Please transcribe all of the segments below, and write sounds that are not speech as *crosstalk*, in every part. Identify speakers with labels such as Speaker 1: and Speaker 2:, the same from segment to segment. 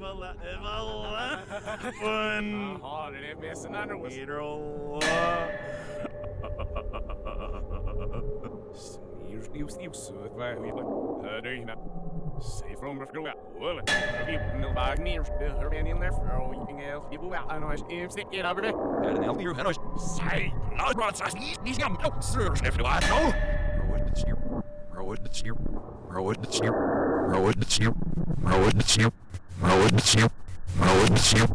Speaker 1: valla, valla. Fun.
Speaker 2: Har det med underwear. Snus, snus, snus. Vad är det? Hör du inte? Säg från vart skolan. Olle. Vippen och vagn ner. Det hör den in där. Frågning är i boa. Annars är det era bröd.
Speaker 3: Där är en helt ny hörn.
Speaker 2: Säg. Lars bara att ni ni ska mot. Sör sig för vad?
Speaker 3: Row it, it's you. Row it, it's you. Row it, it's you. Row it, it's you. Row it, it's you. Row it, it's you. Row it, it's you.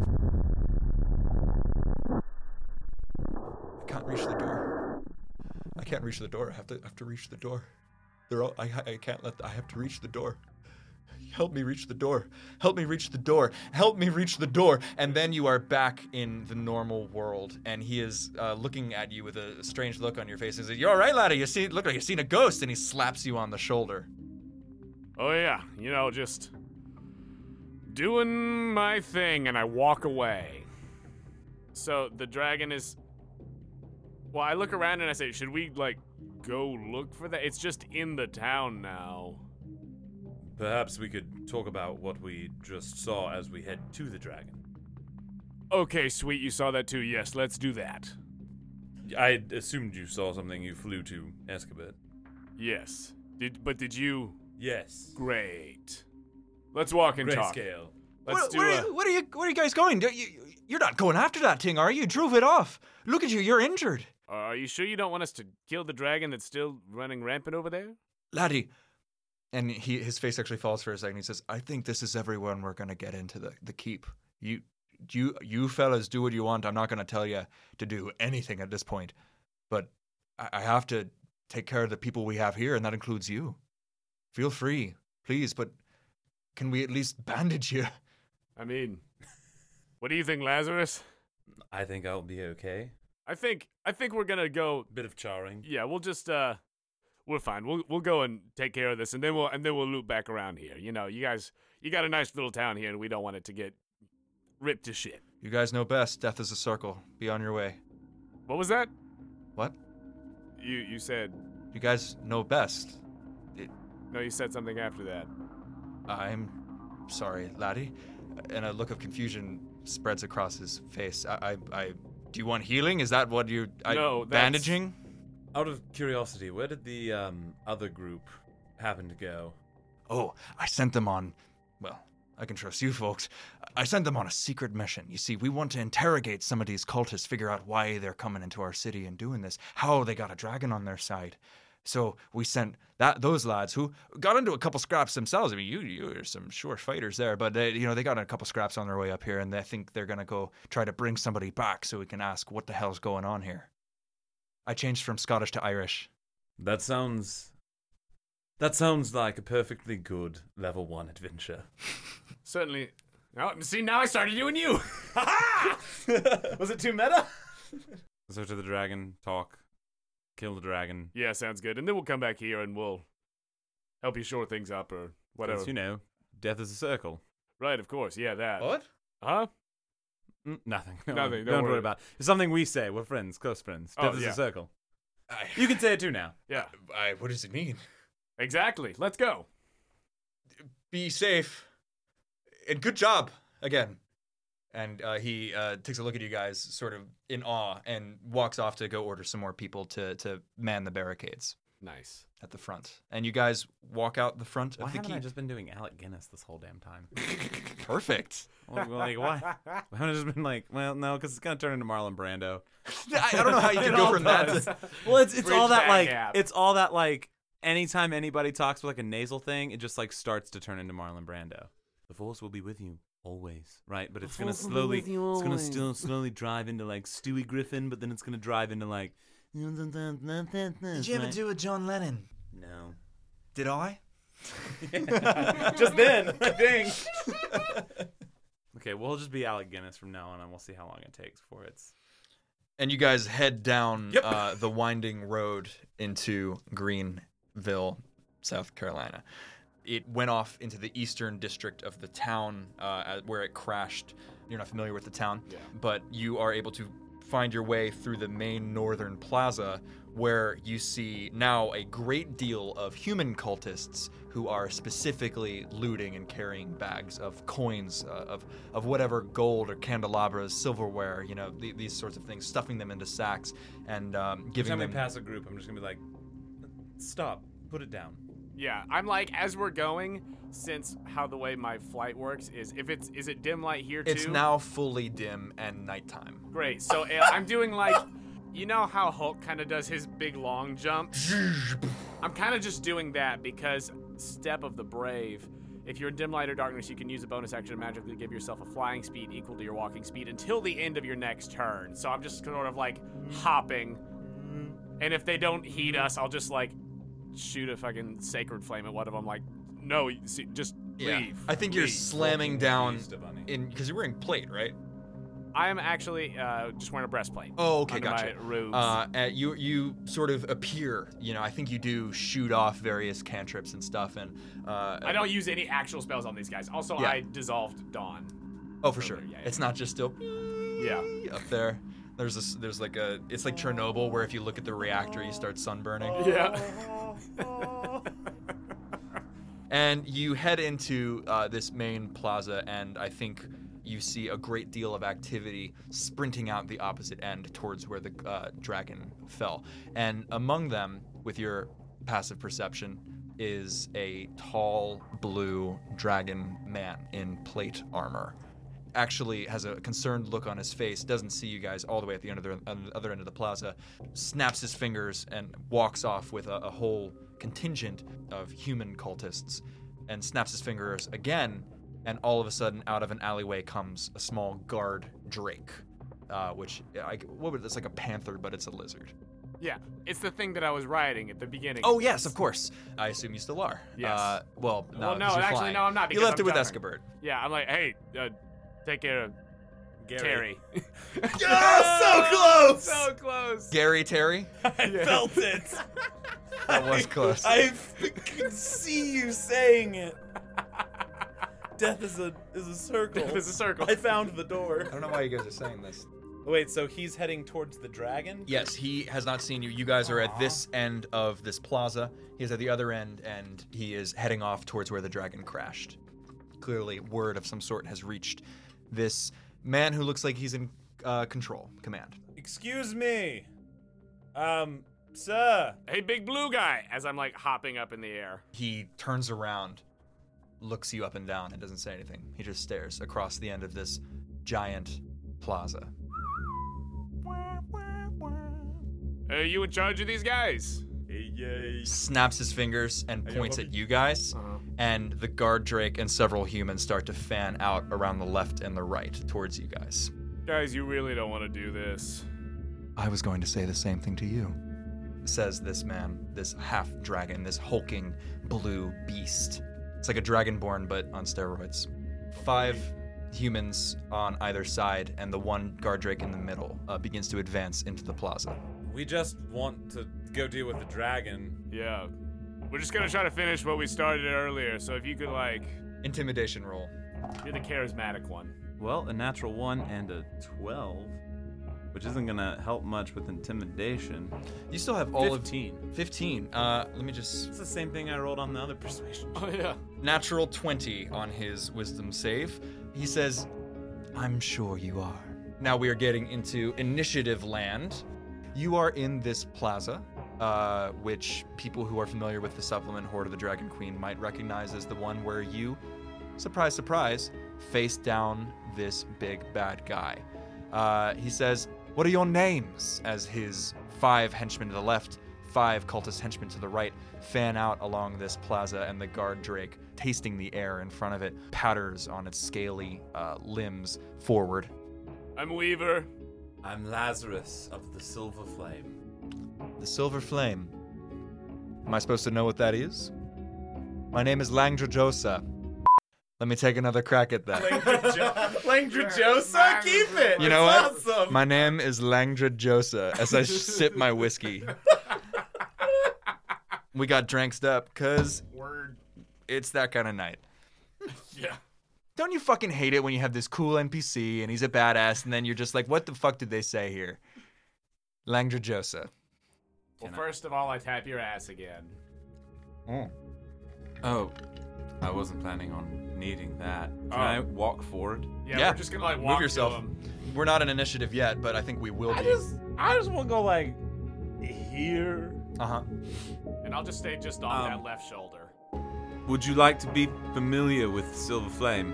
Speaker 3: I can't reach the door. I can't reach the door. I have to I have to reach the door. They're all, I, I- I can't let. I have to reach the door. Help me reach the door. Help me reach the door. Help me reach the door. And then you are back in the normal world. And he is uh, looking at you with a strange look on your face. He says, "You all right, laddie? You see, look like you've seen a ghost." And he slaps you on the shoulder.
Speaker 2: Oh yeah, you know, just doing my thing and I walk away. So the dragon is Well, I look around and I say, "Should we like go look for that? It's just in the town now."
Speaker 4: Perhaps we could talk about what we just saw as we head to the dragon.
Speaker 2: Okay, sweet, you saw that too. Yes, let's do that.
Speaker 4: I assumed you saw something you flew to Escabet.
Speaker 2: Yes. Did but did you
Speaker 4: Yes.
Speaker 2: Great. Let's walk and talk.
Speaker 4: Grayscale.
Speaker 2: Let's do
Speaker 3: Where- where,
Speaker 2: a-
Speaker 3: are you, where are you? Where are you guys going? Do- You, you're not going after that thing, are you? You drove it off. Look at you. You're injured,
Speaker 2: Uh, Are you sure you don't want us to kill the dragon that's still running rampant over there?
Speaker 3: laddie. And he, his face actually falls for a second. He says, "I think this is everyone. We're gonna get into the the keep. You, you, you fellas, do what you want. I'm not gonna tell you to do anything at this point, but I, I have to take care of the people we have here, and that includes you. Feel free, please. But can we at least bandage you?"
Speaker 2: I
Speaker 3: *laughs*
Speaker 2: mean, what do you think, Lazarus?
Speaker 4: I think I'll be okay.
Speaker 2: I think I think we're gonna go.
Speaker 4: Bit of charring.
Speaker 2: Yeah, we'll just uh, we're fine. We'll we'll go and take care of this, and then we'll and then we'll loop back around here. You know, you guys, you got a nice little town here, and we don't want it to get ripped to shit.
Speaker 3: You guys know best. Death is a circle. Be on your way.
Speaker 2: What was that?
Speaker 3: What?
Speaker 2: You you said
Speaker 3: You guys know best.
Speaker 2: no. You said something after that.
Speaker 3: I'm sorry, laddie. And a look of confusion spreads across his face. I, I, I do you want healing? Is that what you? I,
Speaker 2: No, that's-
Speaker 3: bandaging.
Speaker 4: Out of curiosity, where did the um, other group happen to go?
Speaker 3: Oh, I sent them on. Well, I can trust you folks. I sent them on a secret mission. You see, we want to interrogate some of these cultists, figure out why they're coming into our city and doing this, how they got a dragon on their side. So we sent that those lads who got into a couple scraps themselves. I mean, you you are some sure fighters there, but they you know they got in a couple scraps on their way up here, and I think they're gonna go try to bring somebody back so we can ask what the hell's going on here. I changed from Scottish to Irish.
Speaker 4: That sounds. That sounds like a perfectly good level one adventure.
Speaker 2: Certainly. Oh, see, now I started doing you.
Speaker 4: *laughs* Was it too meta? so to the dragon, talk, kill the dragon.
Speaker 2: yeah, sounds good. And then we'll come back here, and we'll help you shore things up or whatever.
Speaker 4: Because, you know, death is a circle.
Speaker 2: Right, of course. Yeah, that. Huh?
Speaker 4: Mm,
Speaker 5: *laughs*
Speaker 4: nothing. No,
Speaker 2: Nothing, don't
Speaker 4: Don't, worry.
Speaker 2: worry.
Speaker 4: about. It. It's something we say. We're friends, close friends.
Speaker 2: Oh,
Speaker 4: Death is
Speaker 2: yeah.
Speaker 4: a circle.
Speaker 3: I,
Speaker 4: You can say it too now.
Speaker 2: Yeah.
Speaker 3: I, what does it mean?
Speaker 2: Exactly. Let's go.
Speaker 3: be safe and good job again and uh, he uh, takes a look at you guys sort of in awe and walks off to go order some more people to, to man the barricades
Speaker 2: Nice.
Speaker 3: at the front and you guys walk out the front
Speaker 4: Why
Speaker 3: of the
Speaker 4: haven't I
Speaker 3: keep
Speaker 4: just been doing Alec Guinness this whole damn
Speaker 5: *laughs*
Speaker 4: time?
Speaker 3: *laughs* perfect
Speaker 4: Well, well, like, why?
Speaker 3: *laughs*
Speaker 4: Why haven't I just been like, well, no, because it's gonna turn into Marlon Brando.
Speaker 3: I, I don't know how *laughs* you can go from that to,
Speaker 5: Well, it's it's
Speaker 2: Bridge
Speaker 5: all that
Speaker 2: that
Speaker 5: like
Speaker 2: gap.
Speaker 5: it's all that like anytime anybody talks with like a nasal thing, it just like starts to turn into Marlon Brando. The force will be with you always, right? But it's gonna slowly, it's gonna still slowly drive into like Stewie Griffin, but then it's gonna drive into like. Did
Speaker 3: a john lennon
Speaker 5: No.
Speaker 3: did i
Speaker 4: Just then, ding.
Speaker 5: *laughs* Okay, we'll just be Alec Guinness from now on, and we'll see how long it takes before it's.
Speaker 3: and you guys head down
Speaker 4: Yep.
Speaker 3: uh, the winding road into Greenville, South Carolina. It went off into the eastern district of the town uh, at- where it crashed. You're not familiar with the town, but you are able to find your way through the main northern plaza where you see now a great deal of human cultists who are specifically looting and carrying bags of coins, uh, of, of whatever gold or candelabras, silverware, you know, the, these sorts of things, stuffing them into sacks and um,
Speaker 5: Every
Speaker 3: giving
Speaker 5: time we
Speaker 3: them.
Speaker 5: pass a group, I'm just gonna be like, stop, put it down.
Speaker 2: Yeah, I'm like as we're going, since how the way my flight works is if it's is it dim light here too?
Speaker 3: it's now fully dim and nighttime.
Speaker 2: *laughs* great. So uh, I'm doing like you know how Hulk kind of does his big long jump? I'm kind of just doing that because Step of the Brave. If you're in dim light or darkness, you can use a bonus action to magically give yourself a flying speed equal to your walking speed until the end of your next turn. So I'm just sort of like hopping. And if they don't heed us, I'll just like shoot a fucking sacred flame at one of them. Like, no, you see, just leave.
Speaker 3: I think you're
Speaker 2: Leave.
Speaker 3: slamming down
Speaker 5: Beast of Bunny.
Speaker 3: in because you're wearing plate, right?
Speaker 2: I am actually uh, just wearing a breastplate.
Speaker 3: Oh, okay,
Speaker 2: under
Speaker 3: gotcha.
Speaker 2: My robes.
Speaker 3: Uh, and you you sort of appear, you know. I think you do shoot off various cantrips and stuff, and uh,
Speaker 2: I don't use any actual spells on these guys. Also,
Speaker 3: Yeah.
Speaker 2: I dissolved Dawn.
Speaker 3: Oh, for sure.
Speaker 2: yeah, yeah.
Speaker 3: It's not just still
Speaker 2: Yeah.
Speaker 3: *laughs* up there. There's this. There's like a. It's like Chernobyl, where if you look at the reactor, you start sunburning.
Speaker 2: Yeah.
Speaker 3: And you head into uh, this main plaza, and I think you see a great deal of activity sprinting out the opposite end towards where the uh, dragon fell. And among them, with your passive perception, is a tall blue dragon man in plate armor. Actually, has a concerned look on his face. Doesn't see you guys all the way at the end of the, on the other end of the plaza. Snaps his fingers and walks off with a, a whole contingent of human cultists and snaps his fingers again, and all of a sudden, out of an alleyway comes a small guard drake, uh, which I, what would it's like a panther, but it's a lizard.
Speaker 2: Yeah. It's the thing that I was riding at the beginning.
Speaker 3: Oh yes, of course. I assume you still are.
Speaker 2: Yes.
Speaker 3: Uh, well, no,
Speaker 2: Well, no,
Speaker 3: 'cause you're
Speaker 2: actually,
Speaker 3: flying.
Speaker 2: no, I'm not,
Speaker 3: You
Speaker 2: because
Speaker 3: left
Speaker 2: I'm
Speaker 3: it with
Speaker 2: jumping.
Speaker 4: *laughs*
Speaker 3: Escabert.
Speaker 2: Yeah, I'm like, hey, uh, take care of Terry.
Speaker 4: Oh, so close!
Speaker 2: *laughs* so close.
Speaker 3: Gary Terry. *laughs*
Speaker 4: I felt it.
Speaker 3: That *laughs* was close.
Speaker 4: I f- could see you saying it. Death is a is a circle.
Speaker 2: There's a circle.
Speaker 4: I found the door.
Speaker 3: don't know why you guys are saying this.
Speaker 4: Wait, so he's heading towards the dragon?
Speaker 3: Yes, he has not seen you. You guys are at this end of this plaza. He is at the other end, and he is heading off towards where the dragon crashed. Clearly, word of some sort has reached this man who looks like he's in uh, control, command.
Speaker 4: Excuse me. Um, sir.
Speaker 2: hey, big blue guy, as I'm like hopping up in the air.
Speaker 3: He turns around, looks you up and down, and doesn't say anything. He just stares across the end of this giant plaza.
Speaker 2: Are you in charge of these guys?
Speaker 3: snaps his fingers and points at you Uh-huh. guys, and the guard drake and several humans start to fan out around the left and the right towards you guys.
Speaker 2: Guys, you really don't want to do this.
Speaker 3: I was going to say the same thing to you, says this man, this half dragon, this hulking blue beast. It's like a dragonborn, but on steroids. Five humans on either side, and the one guard drake in the middle uh, begins to advance into the plaza.
Speaker 5: We just want to go deal with the dragon.
Speaker 2: Yeah. We're just gonna try to finish what we started earlier. So if you could like,
Speaker 3: Intimidation roll.
Speaker 2: you're the charismatic one.
Speaker 5: Well, a natural one and a 12, which isn't gonna help much with intimidation.
Speaker 3: You still have all
Speaker 5: Fifteen.
Speaker 3: of 15. Uh, let me just
Speaker 5: It's the same thing I rolled on the other persuasion. *laughs*
Speaker 2: Oh yeah.
Speaker 3: natural 20 on his wisdom save. He says, I'm sure you are. Now we are getting into initiative land. You are in this plaza, uh, which people who are familiar with the supplement Horde of the Dragon Queen might recognize as the one where you, surprise, surprise, face down this big bad guy. Uh, he says, What are your names? as his five henchmen to the left, five cultist henchmen to the right fan out along this plaza, and the guard drake, tasting the air in front of it, patters on its scaly uh, limbs forward.
Speaker 2: I'm Weaver.
Speaker 5: I'm Lazarus of the Silver Flame.
Speaker 3: The silver flame. Am I supposed to know what that is? My name is Langdrajosa. Let me take another crack at that.
Speaker 4: Langdrajosa, keep it.
Speaker 3: You know what?
Speaker 4: It's awesome.
Speaker 3: My name is Langdrajosa as I sip my whiskey. We got dranksed up because
Speaker 2: Word.
Speaker 3: it's that kind of
Speaker 4: *laughs*
Speaker 3: night.
Speaker 2: Yeah.
Speaker 3: Don't you fucking hate it when you have this cool NPC and he's a badass and then you're just like, what the fuck did they say here? Langdrajosa.
Speaker 2: Well,
Speaker 5: Can I-
Speaker 2: first of all, I tap your ass again.
Speaker 5: Oh, I wasn't planning on needing that. Can
Speaker 2: Oh.
Speaker 5: I walk forward?
Speaker 2: Yeah,
Speaker 3: Yeah.
Speaker 2: we're just gonna like walk
Speaker 3: Move
Speaker 2: to
Speaker 3: yourself.
Speaker 2: him.
Speaker 3: We're not an initiative yet, but I think we will
Speaker 4: I
Speaker 3: be.
Speaker 4: just, I just want to go like here.
Speaker 3: Uh huh.
Speaker 2: and I'll just stay just off
Speaker 5: Um,
Speaker 2: that left shoulder.
Speaker 5: Would you like to be familiar with Silver Flame?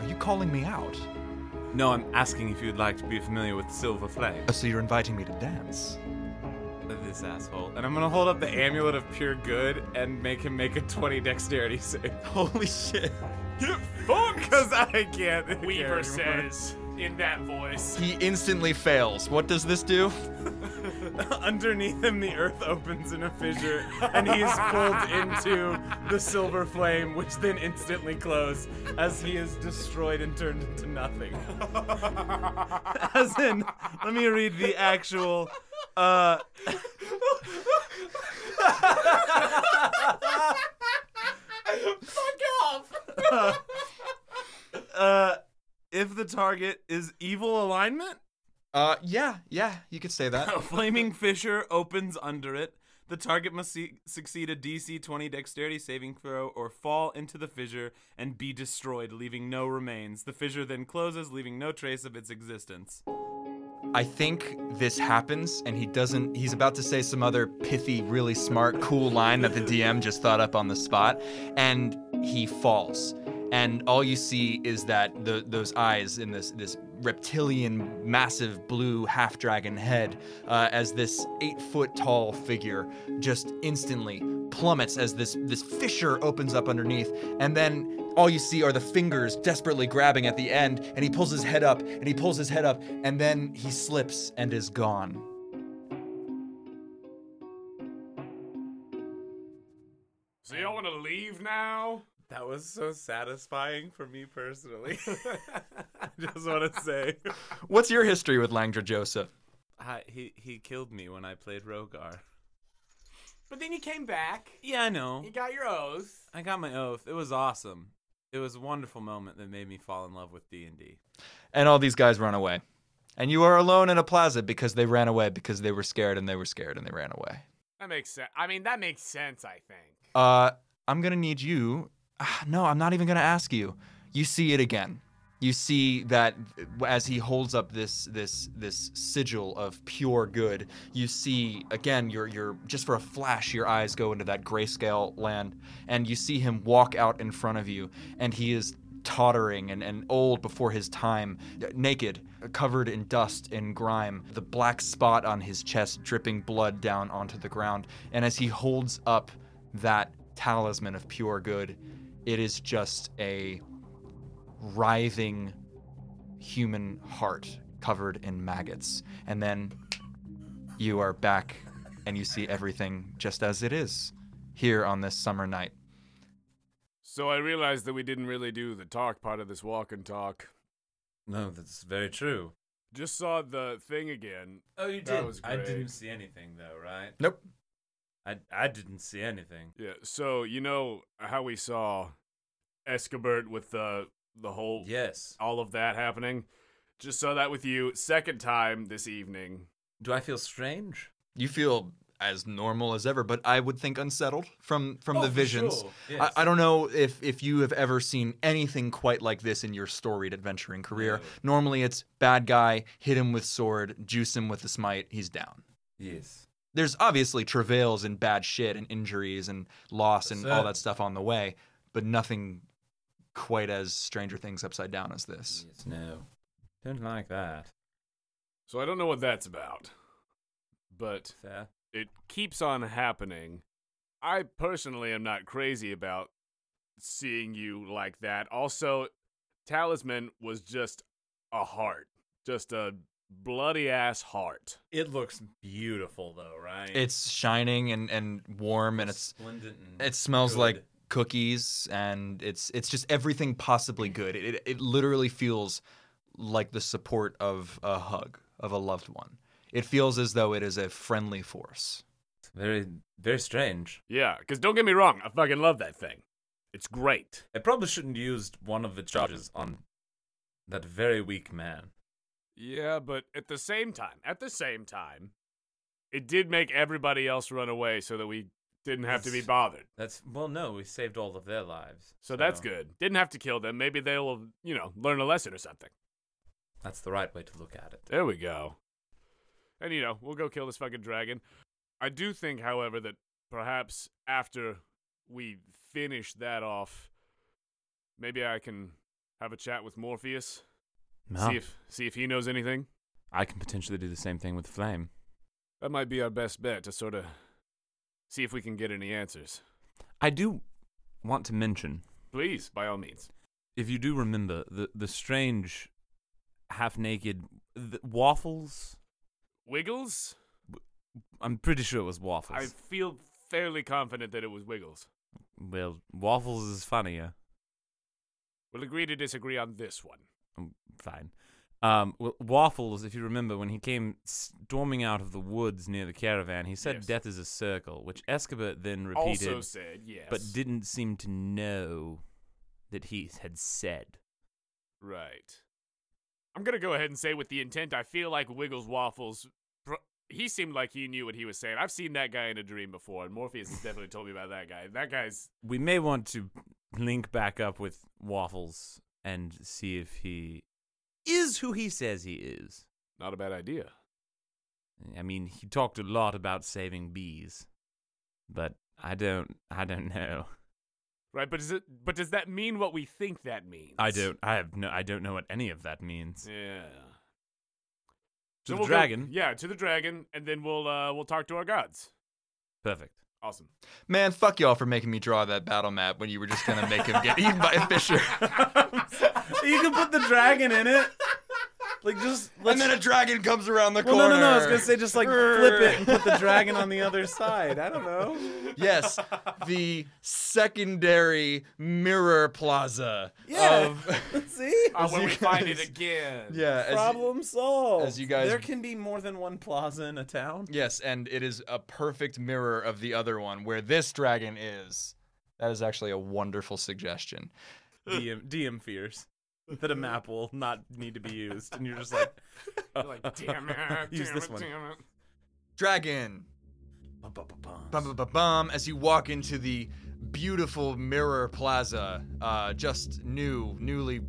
Speaker 3: Are you calling me out?
Speaker 5: No, I'm asking if you'd like to be familiar with Silver Flame.
Speaker 3: Oh, so you're inviting me to dance?
Speaker 5: This asshole. And I'm gonna hold up the amulet of pure good and make him make a 20 dexterity save. *laughs*
Speaker 3: Holy shit.
Speaker 5: Because I can't. carry anymore.
Speaker 2: Weaver says in that voice.
Speaker 3: He instantly fails. What does this do?
Speaker 5: Underneath him, the earth opens in a fissure, and he is pulled into the silver flame, which then instantly closed as he is destroyed and turned into nothing. as in, let me read the actual. Uh, *laughs* uh, if the target is evil alignment, *laughs*
Speaker 3: Uh, yeah, yeah, you could say that.
Speaker 5: A flaming fissure opens under it. The target must see- succeed a DC 20 dexterity saving throw or fall into the fissure and be destroyed, leaving no remains. The fissure then closes, leaving no trace of its existence.
Speaker 3: I think this happens, and he doesn't. He's about to say some other pithy, really smart, cool line that the DM just thought up on the spot, and he falls. And all you see is that the, those eyes in this this reptilian, massive blue half dragon head, uh, as this eight foot tall figure just instantly plummets as this this fissure opens up underneath, and then all you see are the fingers desperately grabbing at the end, and he pulls his head up, and he pulls his head up, and then he slips and is gone.
Speaker 2: So y'all want to leave now?
Speaker 5: That was so satisfying for me personally. *laughs* Just want to say.
Speaker 3: What's your history with Langdra Joseph?
Speaker 5: he, he killed me when I played Rogar.
Speaker 2: But then you came back.
Speaker 5: Yeah, I know.
Speaker 2: You got your oath.
Speaker 5: I got my oath. It was awesome. It was a wonderful moment that made me fall in love with D&D.
Speaker 3: And all these guys run away. And you are alone in a plaza because they ran away because they were scared and they were scared and they ran away.
Speaker 2: That makes sense. I mean, that makes sense. I think.
Speaker 3: Uh, I'm gonna need you. Ah, No, I'm not even gonna ask you. You see it again. You see that as he holds up this this this sigil of pure good. You see again. Your your just for a flash, your eyes go into that grayscale land, and you see him walk out in front of you, and he is tottering and, and old before his time, uh, naked, covered in dust and grime, the black spot on his chest dripping blood down onto the ground. And as he holds up that talisman of pure good, it is just a writhing human heart covered in maggots. And then you are back and you see everything just as it is here on this summer night.
Speaker 2: So I realized that we didn't really do the talk part of this walk and talk.
Speaker 5: No, that's very true.
Speaker 2: Just saw the thing again.
Speaker 5: Oh, you did.
Speaker 2: That was
Speaker 5: I
Speaker 2: great.
Speaker 5: didn't see anything though, right?
Speaker 3: Nope.
Speaker 5: I I didn't see anything.
Speaker 2: Yeah. So you know how we saw Escobert with the the whole
Speaker 5: Yes.
Speaker 2: all of that happening. Just saw that with you second time this evening.
Speaker 5: Do I feel strange
Speaker 3: you feel as normal as ever, but I would think unsettled from from the visions.
Speaker 5: Yes.
Speaker 3: I, I don't know if if you have ever seen anything quite like this in your storied adventuring career. Normally, it's bad guy, hit him with sword, juice him with the smite, he's down.
Speaker 5: Yes.
Speaker 3: There's obviously travails and bad shit and injuries and loss and all that stuff on the way, but nothing quite as Stranger Things upside down as this.
Speaker 5: Yes. No. Don't like that.
Speaker 2: So I don't know what that's about, but
Speaker 5: Fair.
Speaker 2: it keeps on happening. I personally am not crazy about seeing you like that. Also, Talisman was just a heart, just a bloody ass heart.
Speaker 5: It looks beautiful though, right?
Speaker 3: It's shining and and warm, and it's
Speaker 5: splendid. And
Speaker 3: It smells
Speaker 5: good.
Speaker 3: like cookies, and it's it's just everything possibly good. It, it it literally feels like the support of a hug of a loved one. It feels as though it is a friendly force.
Speaker 5: very very strange.
Speaker 2: Yeah, because don't get me wrong, I fucking love that thing. It's great.
Speaker 5: I probably shouldn't use one of the charges on that very weak man.
Speaker 2: Yeah, but at the same time, at the same time, it did make everybody else run away so that we didn't have to be bothered.
Speaker 5: That's well, no, we saved all of their lives.
Speaker 2: So that's good. Didn't have to kill them. Maybe they'll, you know, learn a lesson or something.
Speaker 5: That's the right way to look at it.
Speaker 2: There we go. And you know, we'll go kill this fucking dragon. I do think, however, that perhaps after we finish that off, maybe I can have a chat with Morpheus. See if see if he knows anything.
Speaker 5: I can potentially do the same thing with Flame.
Speaker 2: That might be our best bet to sort of see if we can get any answers.
Speaker 5: I do want to mention,
Speaker 2: Please, by all means.
Speaker 5: if you do remember, the the strange, half naked th- waffles.
Speaker 2: Wiggles?
Speaker 5: I'm pretty sure it was waffles.
Speaker 2: I feel fairly confident that it was Wiggles.
Speaker 5: Well, waffles is funnier.
Speaker 2: We'll agree to disagree on this one.
Speaker 5: Um, fine. Um, well, Waffles, if you remember, when he came storming out of the woods near the caravan, he said
Speaker 2: Yes.
Speaker 5: death is a circle, which Escobert then repeated,
Speaker 2: Also said yes.
Speaker 5: but didn't seem to know that he had said.
Speaker 2: Right. I'm gonna go ahead and say with the intent. I feel like Wiggles Waffles. pro- He seemed like he knew what he was saying. I've seen that guy in a dream before, and Morpheus has definitely told me about that guy. That guy's
Speaker 5: We may want to link back up with Waffles and see if he is who he says he is.
Speaker 2: not a bad idea.
Speaker 5: I mean, he talked a lot about saving bees, but I don't, I don't know.
Speaker 2: Right, but does it? But does that mean what we think that means?
Speaker 5: I don't, I have no, I don't know what any of that means.
Speaker 2: Yeah.
Speaker 5: To the
Speaker 2: we'll go-
Speaker 5: dragon.
Speaker 2: yeah, to the dragon, and then we'll uh, we'll talk to our gods.
Speaker 5: Perfect.
Speaker 2: Awesome.
Speaker 3: Man, fuck y'all for making me draw that battle map when you were just gonna make him get eaten by *laughs* a fisher.
Speaker 4: you can put the dragon in it. Like just
Speaker 3: and
Speaker 4: let's.
Speaker 3: then a dragon comes around the
Speaker 4: well,
Speaker 3: corner.
Speaker 4: no, no, no. I was gonna say just like flip it and put the dragon on the other side. I don't know. *laughs*
Speaker 3: *laughs* yes, the secondary mirror plaza.
Speaker 4: Yeah.
Speaker 3: Of, *laughs*
Speaker 4: See,
Speaker 2: Oh, when
Speaker 3: you
Speaker 2: we find it
Speaker 3: guys-
Speaker 2: again.
Speaker 3: yeah. as-
Speaker 4: problem solved.
Speaker 3: as you guys-
Speaker 4: there can be more than one plaza in a
Speaker 5: *laughs*
Speaker 4: town.
Speaker 3: yes, and it is a perfect mirror of the other one where this dragon is. That is actually a wonderful suggestion.
Speaker 4: DM, DM fears that a map will not need to be used, and you're just like,
Speaker 2: *laughs* You're
Speaker 5: *laughs*
Speaker 2: like, damn it.
Speaker 4: *laughs* Use
Speaker 2: damn
Speaker 4: this
Speaker 2: it,
Speaker 4: one.
Speaker 2: Damn it.
Speaker 3: Dragon.
Speaker 4: "Bum, bum, bum, bum."
Speaker 3: bum, bum, bum, bum, as you walk into the beautiful Mirror Plaza, uh, just new, newly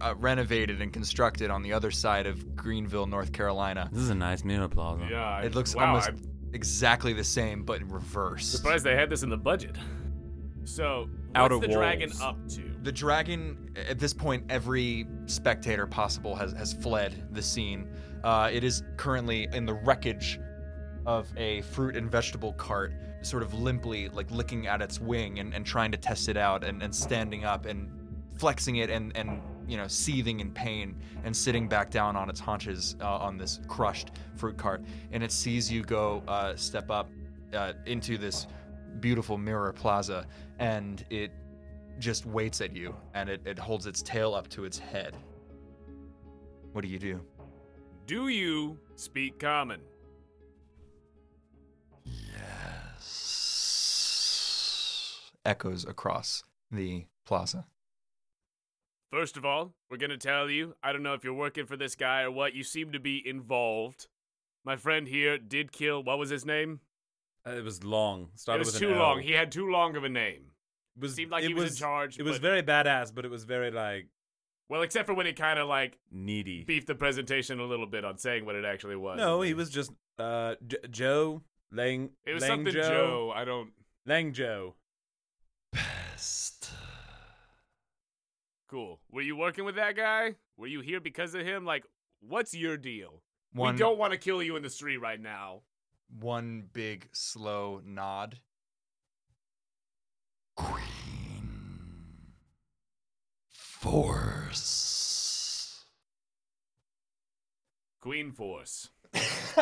Speaker 3: uh, renovated and constructed on the other side of Greenville, North Carolina.
Speaker 5: This is a nice mirror plaza.
Speaker 2: Yeah. I-
Speaker 3: It looks
Speaker 2: wow,
Speaker 3: almost
Speaker 2: I'm
Speaker 3: exactly the same, but in reverse.
Speaker 2: surprised they had this in the budget. So, what's
Speaker 5: Outer
Speaker 2: the dragon
Speaker 5: walls.
Speaker 2: up to?
Speaker 3: The dragon, at this point, every spectator possible has, has fled the scene. Uh, it is currently in the wreckage of a fruit and vegetable cart, sort of limply, like licking at its wing and, and trying to test it out and, and standing up and flexing it and, and, you know, seething in pain and sitting back down on its haunches uh, on this crushed fruit cart. And it sees you go uh, step up uh, into this beautiful mirror plaza and it just waits at you and it, it holds its tail up to its head. What do you do?
Speaker 2: Do you speak common?
Speaker 3: Echoes across the plaza.
Speaker 2: First of all, we're going to tell you I don't know if you're working for this guy or what, you seem to be involved. My friend here did kill, what was his name?
Speaker 5: Uh, It was long. Started
Speaker 2: it was
Speaker 5: with
Speaker 2: too
Speaker 5: an L.
Speaker 2: long. He had too long of a name.
Speaker 5: It was,
Speaker 2: seemed like
Speaker 5: it
Speaker 2: he was in charge,
Speaker 5: It was
Speaker 2: but-
Speaker 5: very badass, but it was very like
Speaker 2: Well, except for when he kind of like
Speaker 5: needy.
Speaker 2: beefed the presentation a little bit on saying what it actually was.
Speaker 5: No, he was just uh J- Joe Lang.
Speaker 2: It was
Speaker 5: Lang
Speaker 2: something
Speaker 5: Joe,
Speaker 2: Joe. I don't.
Speaker 5: Lang Joe.
Speaker 2: Cool. Were you working with that guy? Were you here because of him? Like, what's your deal?
Speaker 3: One,
Speaker 2: We don't want to kill you in the street right now.
Speaker 3: one big slow nod. Queen Force.
Speaker 2: Queen Force. *laughs*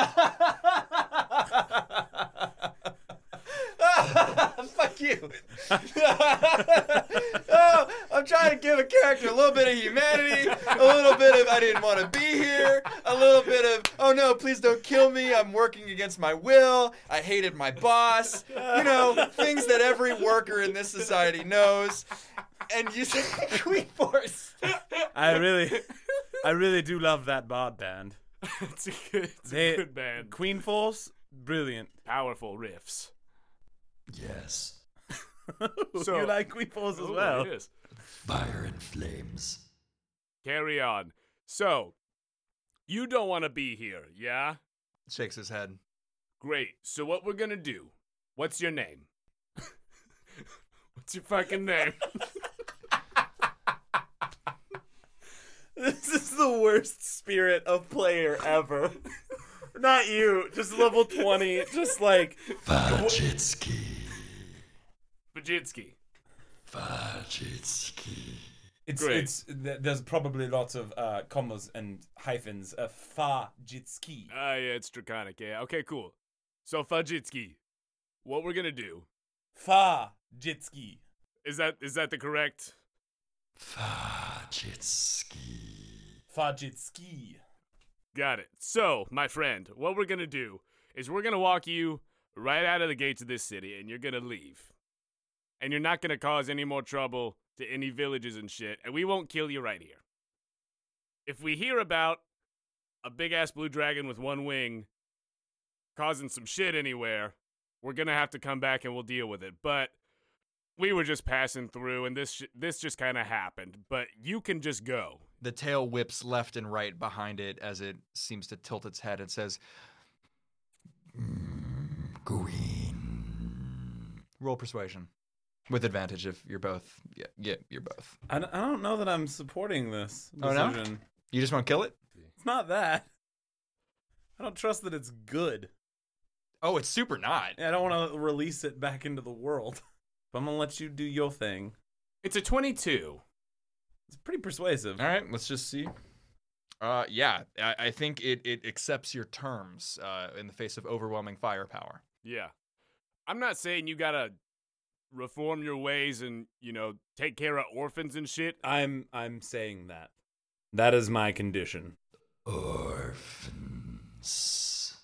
Speaker 3: *laughs* Fuck you. *laughs* oh, I'm trying to give a character a little bit of humanity, a little bit of I didn't want to be here, a little bit of oh no, please don't kill me. I'm working against my will. I hated my boss. You know, things that every worker in this society knows. And you say *laughs* Queen Force.
Speaker 5: I really,
Speaker 2: *laughs*
Speaker 5: I really do love that bard band.
Speaker 2: it's a good, it's a
Speaker 5: They-
Speaker 2: good band.
Speaker 5: Queen Force,
Speaker 4: Brilliant.
Speaker 2: Powerful riffs.
Speaker 6: Yes.
Speaker 2: So-
Speaker 5: *laughs* you like Queen Falls as
Speaker 2: Ooh,
Speaker 5: well.
Speaker 2: it is.
Speaker 6: Fire and flames.
Speaker 2: Carry on. So, you don't want to be here, yeah?
Speaker 3: Shakes his head.
Speaker 2: Great. So what we're gonna do? What's your name? *laughs* What's your fucking
Speaker 5: *laughs*
Speaker 2: name?
Speaker 5: This is the worst spirit of player ever. *laughs* Not you, just level 20, just like
Speaker 6: Vajitsky.
Speaker 2: Bajitsky.
Speaker 6: Vajitsky.
Speaker 4: *laughs* It's,
Speaker 2: Great.
Speaker 4: it's th- there's probably lots of uh, commas and hyphens. Uh, Fajitski.
Speaker 2: Ah, yeah, it's draconic. Yeah. Okay, cool. So Fajitsky, what we're gonna do
Speaker 4: Fajitski.
Speaker 2: is that is that the correct?
Speaker 6: Vajitsky.
Speaker 4: Fajitski.
Speaker 2: Got it. So my friend, what we're gonna do is we're gonna walk you right out of the gates of this city, and you're gonna leave, and you're not gonna cause any more trouble to any villages and shit, and we won't kill you right here. If we hear about a big ass blue dragon with one wing causing some shit anywhere, we're gonna have to come back and we'll deal with it. But we were just passing through, and this sh- this just kind of happened. But you can just go.
Speaker 3: The tail whips left and right behind it as it seems to tilt its head and says, Mm,
Speaker 6: Green.
Speaker 3: "Roll persuasion." With advantage if you're both. Yeah, yeah, you're both.
Speaker 5: I don't, I don't know that I'm supporting this
Speaker 3: Oh, no?
Speaker 5: decision.
Speaker 3: You just want to kill it?
Speaker 5: It's not that. I don't trust that it's good.
Speaker 3: Oh, it's super not.
Speaker 5: I don't want to release it back into the world. *laughs* But I'm gonna let you do your thing.
Speaker 2: It's a twenty-two.
Speaker 5: It's pretty persuasive.
Speaker 3: All right, let's just see. Uh, yeah, I, I think it, it accepts your terms uh, in the face of overwhelming firepower.
Speaker 2: Yeah. I'm not saying you gotta reform your ways and, you know, take care of orphans and shit.
Speaker 5: I'm I'm saying that. That is my condition.
Speaker 6: Orphans.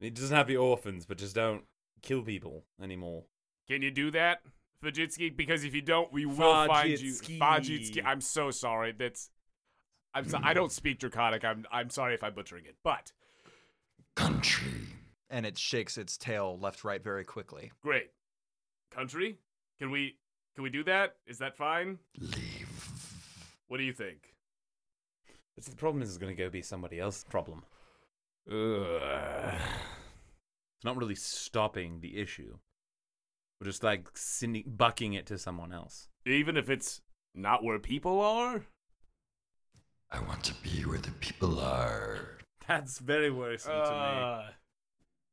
Speaker 5: It doesn't have to be orphans, but just don't kill people anymore.
Speaker 2: Can you do that, Fajitsky? Because if you don't, we will find you.
Speaker 5: Fajitsky.
Speaker 2: Fajitsky. I'm so sorry. That's. I'm so, I don't speak Draconic. I'm I'm sorry if I'm butchering it, but
Speaker 6: Country.
Speaker 3: And it shakes its tail left right very quickly.
Speaker 2: great. Country, can we can we do that? Is that fine?
Speaker 6: Leave.
Speaker 2: What do you think?
Speaker 5: But the problem is, it's gonna go be somebody else's problem. It's not really stopping the issue. We're just like sending, bucking it to someone else.
Speaker 2: Even if it's not where people are.
Speaker 6: I want to be where the people are.
Speaker 5: That's very worrisome to me.
Speaker 2: Uh,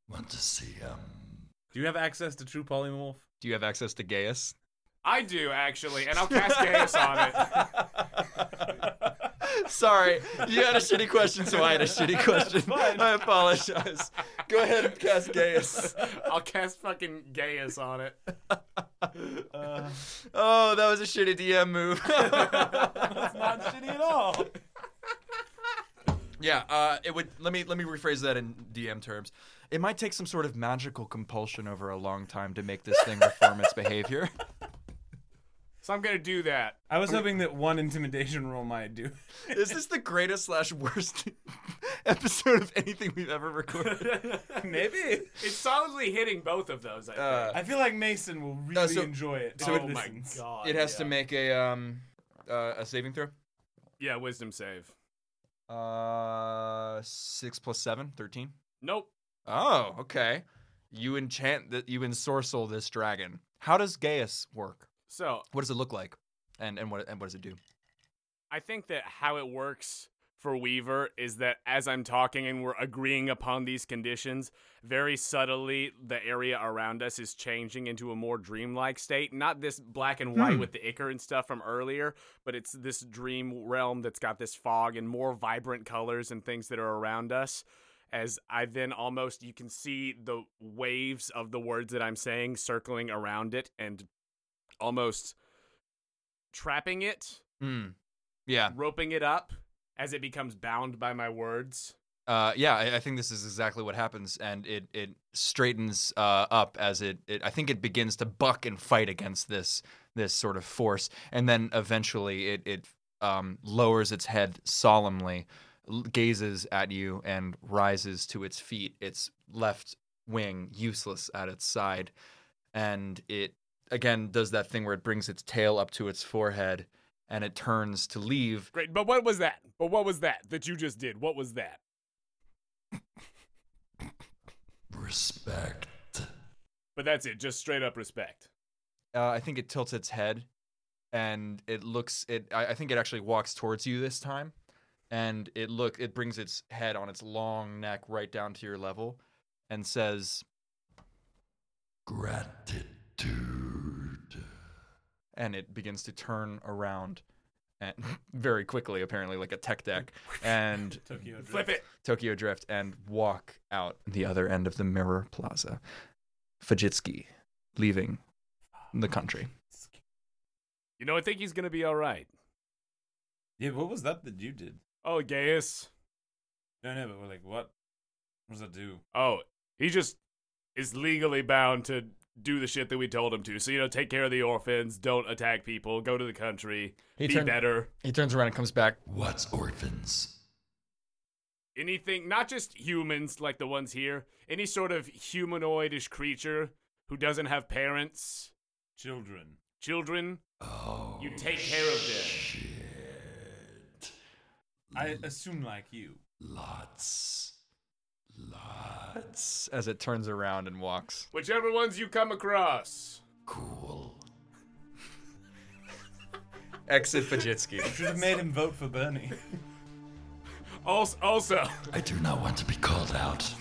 Speaker 6: Want to see them.
Speaker 5: Do you have access to True *laughs* Polymorph?
Speaker 3: Do you have access to Gaius?
Speaker 2: I do actually, and I'll cast Chaos on it.
Speaker 3: *laughs* Sorry, you had a shitty question, so I had a shitty question. I apologize. Go ahead and cast Gaius.
Speaker 2: *laughs* I'll cast fucking Gaius on it.
Speaker 3: Oh, that was a shitty DM move. *laughs*
Speaker 5: That's not shitty at all.
Speaker 3: yeah, uh, it would. Let me let me rephrase that in DM terms. It might take some sort of magical compulsion over a long time to make this thing reform its behavior.
Speaker 2: So I'm gonna do that.
Speaker 5: I was hoping that one intimidation roll might do.
Speaker 3: This *laughs* is the greatest slash worst *laughs* episode of anything we've ever recorded.
Speaker 5: Maybe.
Speaker 2: It's solidly hitting both of those. I think.
Speaker 3: Uh.
Speaker 5: I feel like Mason will really
Speaker 3: so-
Speaker 5: enjoy it.
Speaker 3: so
Speaker 5: if
Speaker 3: it-
Speaker 5: he
Speaker 2: oh my
Speaker 5: listens.
Speaker 2: god.
Speaker 3: It has
Speaker 2: yeah.
Speaker 3: to make a um uh, a saving throw.
Speaker 2: Yeah, wisdom save.
Speaker 3: Uh, six plus seven, 13.
Speaker 2: Nope.
Speaker 3: Oh, okay. You enchant that you ensorcel this dragon. How does Gaius work?
Speaker 2: So
Speaker 3: What does it look like? And and what and what does it do?
Speaker 2: I think that how it works for Weaver is that as I'm talking and we're agreeing upon these conditions, very subtly the area around us is changing into a more dreamlike state. Not this black and white with the ichor and stuff from earlier, but it's this dream realm that's got this fog and more vibrant colors and things that are around us. As I then almost, you can see the waves of the words that I'm saying circling around it and almost trapping it
Speaker 3: Hmm. Yeah.
Speaker 2: roping it up as it becomes bound by my words.
Speaker 3: Uh, yeah, I, I think this is exactly what happens, and it it straightens uh, up as it, it. I think it begins to buck and fight against this this sort of force, and then eventually it it um, lowers its head solemnly, l- gazes at you and rises to its feet, its left wing useless at its side. And it again does that thing where it brings its tail up to its forehead and it turns to leave.
Speaker 2: Great, but what was that? But what was that that you just did? What was that?
Speaker 6: Respect.
Speaker 2: But that's it, just straight up respect.
Speaker 3: Uh, I think it tilts its head and it looks it I, I think it actually walks towards you this time and it look it brings its head on its long neck right down to your level and says
Speaker 6: Gratitude.
Speaker 3: and it begins to turn around and *laughs* very quickly apparently like a tech deck and
Speaker 2: Flip it.
Speaker 3: Tokyo Drift and walk out the other end of the Mirror Plaza. Fujitski leaving the country.
Speaker 2: You know, I think he's gonna be all right.
Speaker 4: Yeah, what was that that you did?
Speaker 2: Oh, Gaius.
Speaker 4: No, no, but we're like, what? What does that do?
Speaker 2: Oh, he just is legally bound to do the shit that we told him to. So you know, take care of the orphans, don't attack people, go to the country,
Speaker 3: He
Speaker 2: be
Speaker 3: turned-
Speaker 2: better.
Speaker 3: He turns around and comes back.
Speaker 6: What's orphans?
Speaker 2: Anything, not just humans like the ones here, any sort of humanoidish creature who doesn't have parents,
Speaker 4: Children.
Speaker 2: children,
Speaker 6: Oh,
Speaker 2: you take care of them.
Speaker 6: shit.
Speaker 4: I assume like you.
Speaker 6: Lots. Lots.
Speaker 3: As it turns around and walks.
Speaker 2: Whichever ones you come across.
Speaker 6: Cool.
Speaker 3: *laughs* Exit Fujitski.
Speaker 4: Should have made him vote for
Speaker 3: *laughs*
Speaker 4: Bernie.
Speaker 2: Also, *laughs* also.
Speaker 6: I do not want to be called out.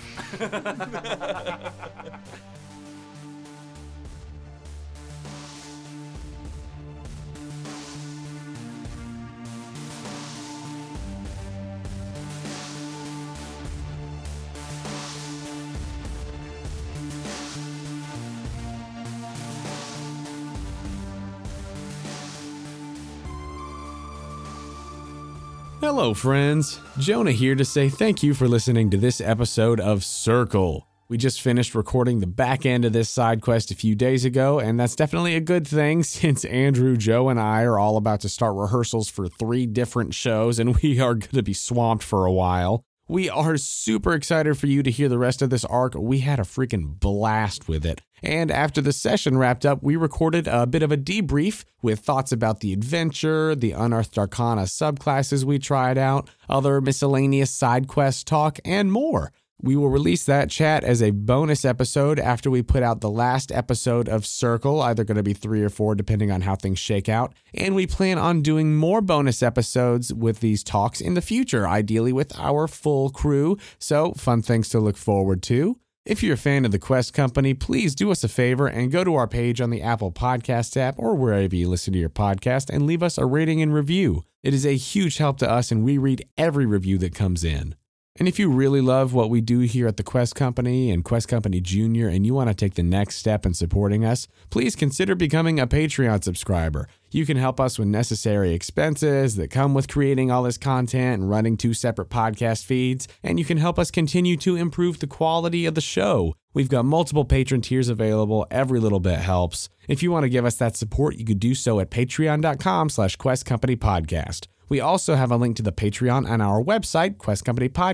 Speaker 7: Hello, friends. Jonah here to say thank you for listening to this episode of Circle. We just finished recording the back end of this side quest a few days ago, and that's definitely a good thing *laughs* since Andrew, Joe, and I are all about to start rehearsals for three different shows, and we are going to be swamped for a while. We are super excited for you to hear the rest of this arc. We had a freaking blast with it. And after the session wrapped up, we recorded a bit of a debrief with thoughts about the adventure, the Unearthed Arcana subclasses we tried out, other miscellaneous side quest talk, and more. We will release that chat as a bonus episode after we put out the last episode of Circle, either going to be three or four, depending on how things shake out. And we plan on doing more bonus episodes with these talks in the future, ideally with our full crew. So, fun things to look forward to. If you're a fan of the Quest Company, please do us a favor and go to our page on the Apple Podcast app or wherever you listen to your podcast and leave us a rating and review. It is a huge help to us, and we read every review that comes in. And if you really love what we do here at the Quest Company and Quest Company Junior, and you want to take the next step in supporting us, please consider becoming a Patreon subscriber. You can help us with necessary expenses that come with creating all this content and running two separate podcast feeds, and you can help us continue to improve the quality of the show. We've got multiple patron tiers available. Every little bit helps. If you want to give us that support, you could do so at patreon.com slash quest company podcast. We also have a link to the Patreon on our website,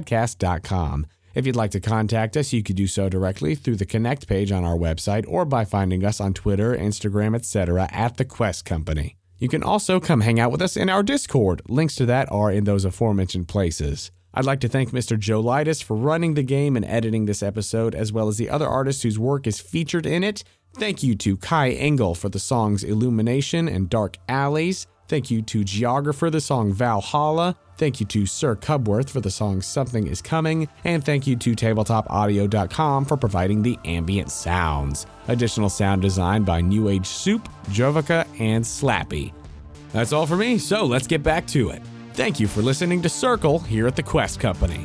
Speaker 7: questcompanypodcast.com. If you'd like to contact us, you could do so directly through the Connect page on our website or by finding us on Twitter, Instagram, etc. at The Quest Company. You can also come hang out with us in our Discord. Links to that are in those aforementioned places. I'd like to thank Mr. Joe Lightis for running the game and editing this episode, as well as the other artists whose work is featured in it. Thank you to Kai Engel for the songs Illumination and Dark Alleys. Thank you to Geographer, the song Valhalla. Thank you to Sir Cubworth for the song Something Is Coming. And thank you to TabletopAudio.com for providing the ambient sounds. Additional sound design by New Age Soup, Jovica, and Slappy. That's all for me, so let's get back to it. Thank you for listening to Circle here at the Quest Company.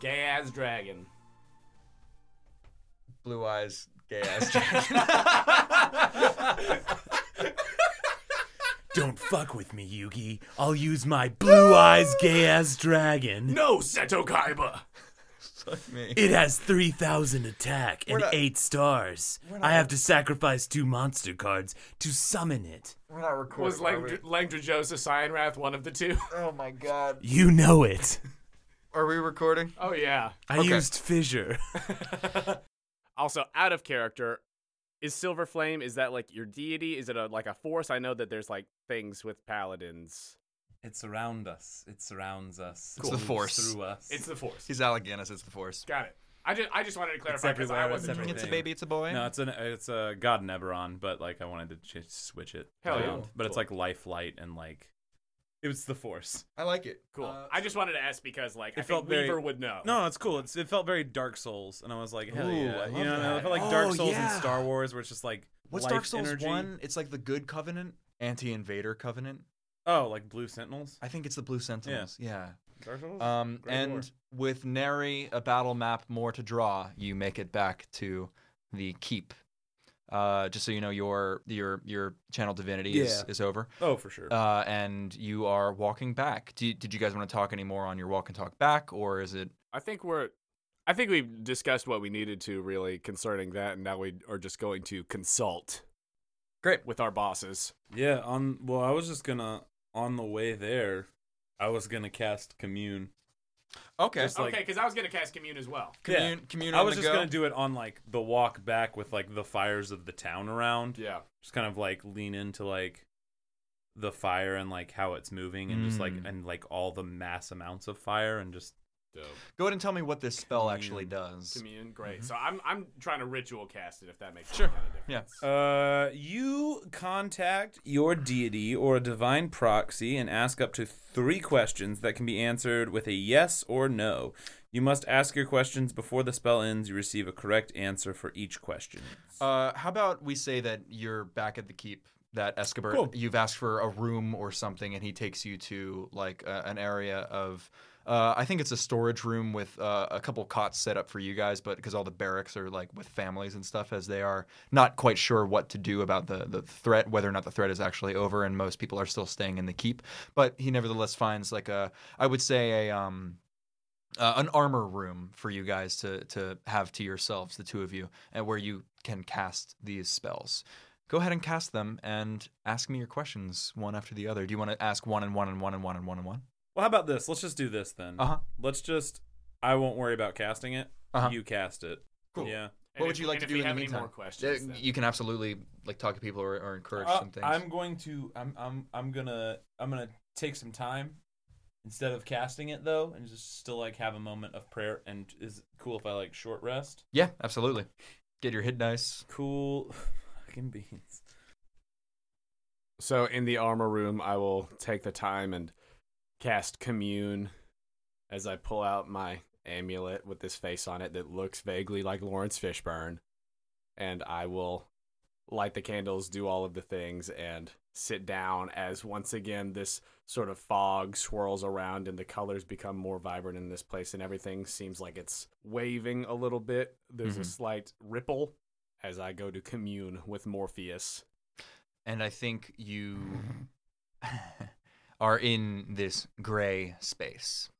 Speaker 2: Gay as dragon.
Speaker 3: Blue eyes
Speaker 6: gay ass *laughs* dragon.
Speaker 5: Don't fuck with me, Yugi. I'll use my blue eyes gay ass dragon.
Speaker 2: No, Seto Kaiba.
Speaker 5: It has 3,000 attack and 8 stars. I have to sacrifice two monster cards to summon it.
Speaker 6: We're not recording.
Speaker 2: Was
Speaker 6: are we?
Speaker 2: Langdra- Langdrajosa Cyan Wrath one of the
Speaker 6: *laughs*
Speaker 2: two?
Speaker 6: oh my god.
Speaker 5: You know it.
Speaker 6: Are we recording?
Speaker 2: Oh yeah.
Speaker 5: I
Speaker 3: Okay.
Speaker 5: used
Speaker 2: *laughs*
Speaker 5: fissure.
Speaker 2: Also, out of character, is Silver Flame? Is that like your deity? Is it a, like a force? I know that there's like things with paladins.
Speaker 5: It's around us. It surrounds us.
Speaker 3: It's Cool. the
Speaker 5: moves
Speaker 3: Force.
Speaker 5: Through us.
Speaker 2: It's the force.
Speaker 3: He's Alleganis. It's the Force.
Speaker 2: Got it. I just I just wanted to clarify because I
Speaker 5: everywhere, it's
Speaker 2: wasn't.
Speaker 5: everywhere.
Speaker 3: It's a
Speaker 5: Everything.
Speaker 3: baby. It's a boy.
Speaker 5: no, it's an it's a god Neberon, but like I wanted to ch- switch it.
Speaker 2: Hell yeah.
Speaker 5: around. But it's
Speaker 2: Cool.
Speaker 5: like life light and like it was the force.
Speaker 3: I like it.
Speaker 2: Cool. I just wanted to ask because like
Speaker 5: It
Speaker 2: I
Speaker 5: felt
Speaker 2: think
Speaker 5: very-
Speaker 2: Weaver would know.
Speaker 5: No, it's cool. It's, it felt very Dark Souls, and I was like, hell
Speaker 3: Oh. Ooh,
Speaker 5: yeah.
Speaker 3: I
Speaker 5: you
Speaker 3: love
Speaker 5: know, and I
Speaker 3: that.
Speaker 5: felt like Dark
Speaker 3: Oh,
Speaker 5: Souls
Speaker 3: yeah.
Speaker 5: and Star Wars, where it's just like
Speaker 3: What's
Speaker 5: life
Speaker 3: Dark Souls
Speaker 5: energy.
Speaker 3: one? It's like the Good Covenant, anti-invader Covenant.
Speaker 5: Oh, like Blue Sentinels.
Speaker 3: I think it's the Blue Sentinels. Yeah.
Speaker 5: Dark Souls.
Speaker 3: Um,
Speaker 5: Great
Speaker 3: and
Speaker 5: war.
Speaker 3: with nary a battle map more to draw, you make it back to the keep. Uh, just so you know, your your your channel divinity is,
Speaker 5: Yeah.
Speaker 3: is over,
Speaker 5: oh, for sure.
Speaker 3: uh, and you are walking back. Do you, did you guys want to talk any more on your walk and talk back, or is it
Speaker 2: I think we're. I think we've discussed what we needed to really concerning that, and now we are just going to consult.
Speaker 3: Great.
Speaker 2: With our bosses.
Speaker 5: Yeah, on well, I was just gonna on the way there, I was gonna cast commune.
Speaker 3: okay?
Speaker 5: Just like-
Speaker 2: okay, because I was going to cast Commune as well.
Speaker 3: Commune, commune.
Speaker 5: I
Speaker 3: on
Speaker 5: was
Speaker 3: the
Speaker 5: just
Speaker 3: go?
Speaker 5: gonna do it on like the walk back with like the fires of the town around.
Speaker 2: Yeah.
Speaker 5: Just kind of like lean into like the fire and like how it's moving and just like
Speaker 3: Mm.
Speaker 5: and like all the mass amounts of fire and just
Speaker 2: Dope.
Speaker 3: Go ahead and tell me what this spell actually
Speaker 5: Commune.
Speaker 3: does.
Speaker 2: Commune, great.
Speaker 5: Mm-hmm.
Speaker 2: So I'm I'm trying to ritual cast it if that makes sure. any kind of
Speaker 3: Yeah.
Speaker 2: difference.
Speaker 5: Uh, you contact your deity or a divine proxy and ask up to three questions that can be answered with a yes or no. You must ask your questions before the spell ends. You receive a correct answer for each question.
Speaker 3: Uh, how about we say that you're back at the keep, that Escobar,
Speaker 5: Cool.
Speaker 3: you've asked for a room or something, and he takes you to like uh, an area of, uh, I think it's a storage room with uh, a couple cots set up for you guys, but because all the barracks are like with families and stuff, as they are not quite sure what to do about the, the threat, whether or not the threat is actually over, and most people are still staying in the keep. But he nevertheless finds like a, I would say a, um, uh, an armor room for you guys to to have to yourselves, the two of you, and where you can cast these spells. Go ahead and cast them and ask me your questions one after the other. Do you want to ask one and one and one and one and one and one?
Speaker 5: Well, how about this? Let's just do this then.
Speaker 3: Uh huh.
Speaker 5: Let's just. I won't worry about casting it.
Speaker 3: Uh-huh.
Speaker 5: You cast it.
Speaker 3: Cool.
Speaker 5: Yeah.
Speaker 2: And
Speaker 3: What would
Speaker 2: if-
Speaker 3: you
Speaker 2: and
Speaker 3: like to
Speaker 2: if
Speaker 3: do
Speaker 2: we
Speaker 3: in the
Speaker 2: have any
Speaker 3: meantime?
Speaker 2: more questions,
Speaker 3: Uh,
Speaker 2: then-
Speaker 3: you can absolutely like talk to people or, or encourage
Speaker 5: Uh,
Speaker 3: some things.
Speaker 5: I'm going to. I'm. I'm. I'm gonna. I'm gonna take some time instead of casting it though, and just still like have a moment of prayer. And is it cool if I like short rest?
Speaker 3: Yeah,
Speaker 5: *laughs*
Speaker 3: absolutely. Get your hit dice.
Speaker 1: *laughs*
Speaker 5: Cool. Fucking beans.
Speaker 2: So in the armor room, I will take the time and cast commune as I pull out my amulet with this face on it that looks vaguely like Lawrence Fishburne, and I will light the candles, do all of the things, and sit down as once again this sort of fog swirls around and the colors become more vibrant in this place and everything seems like it's waving a little bit. There's a
Speaker 3: Mhm.
Speaker 2: slight ripple as I go to commune with Morpheus.
Speaker 3: and I think you *laughs* are in this gray space.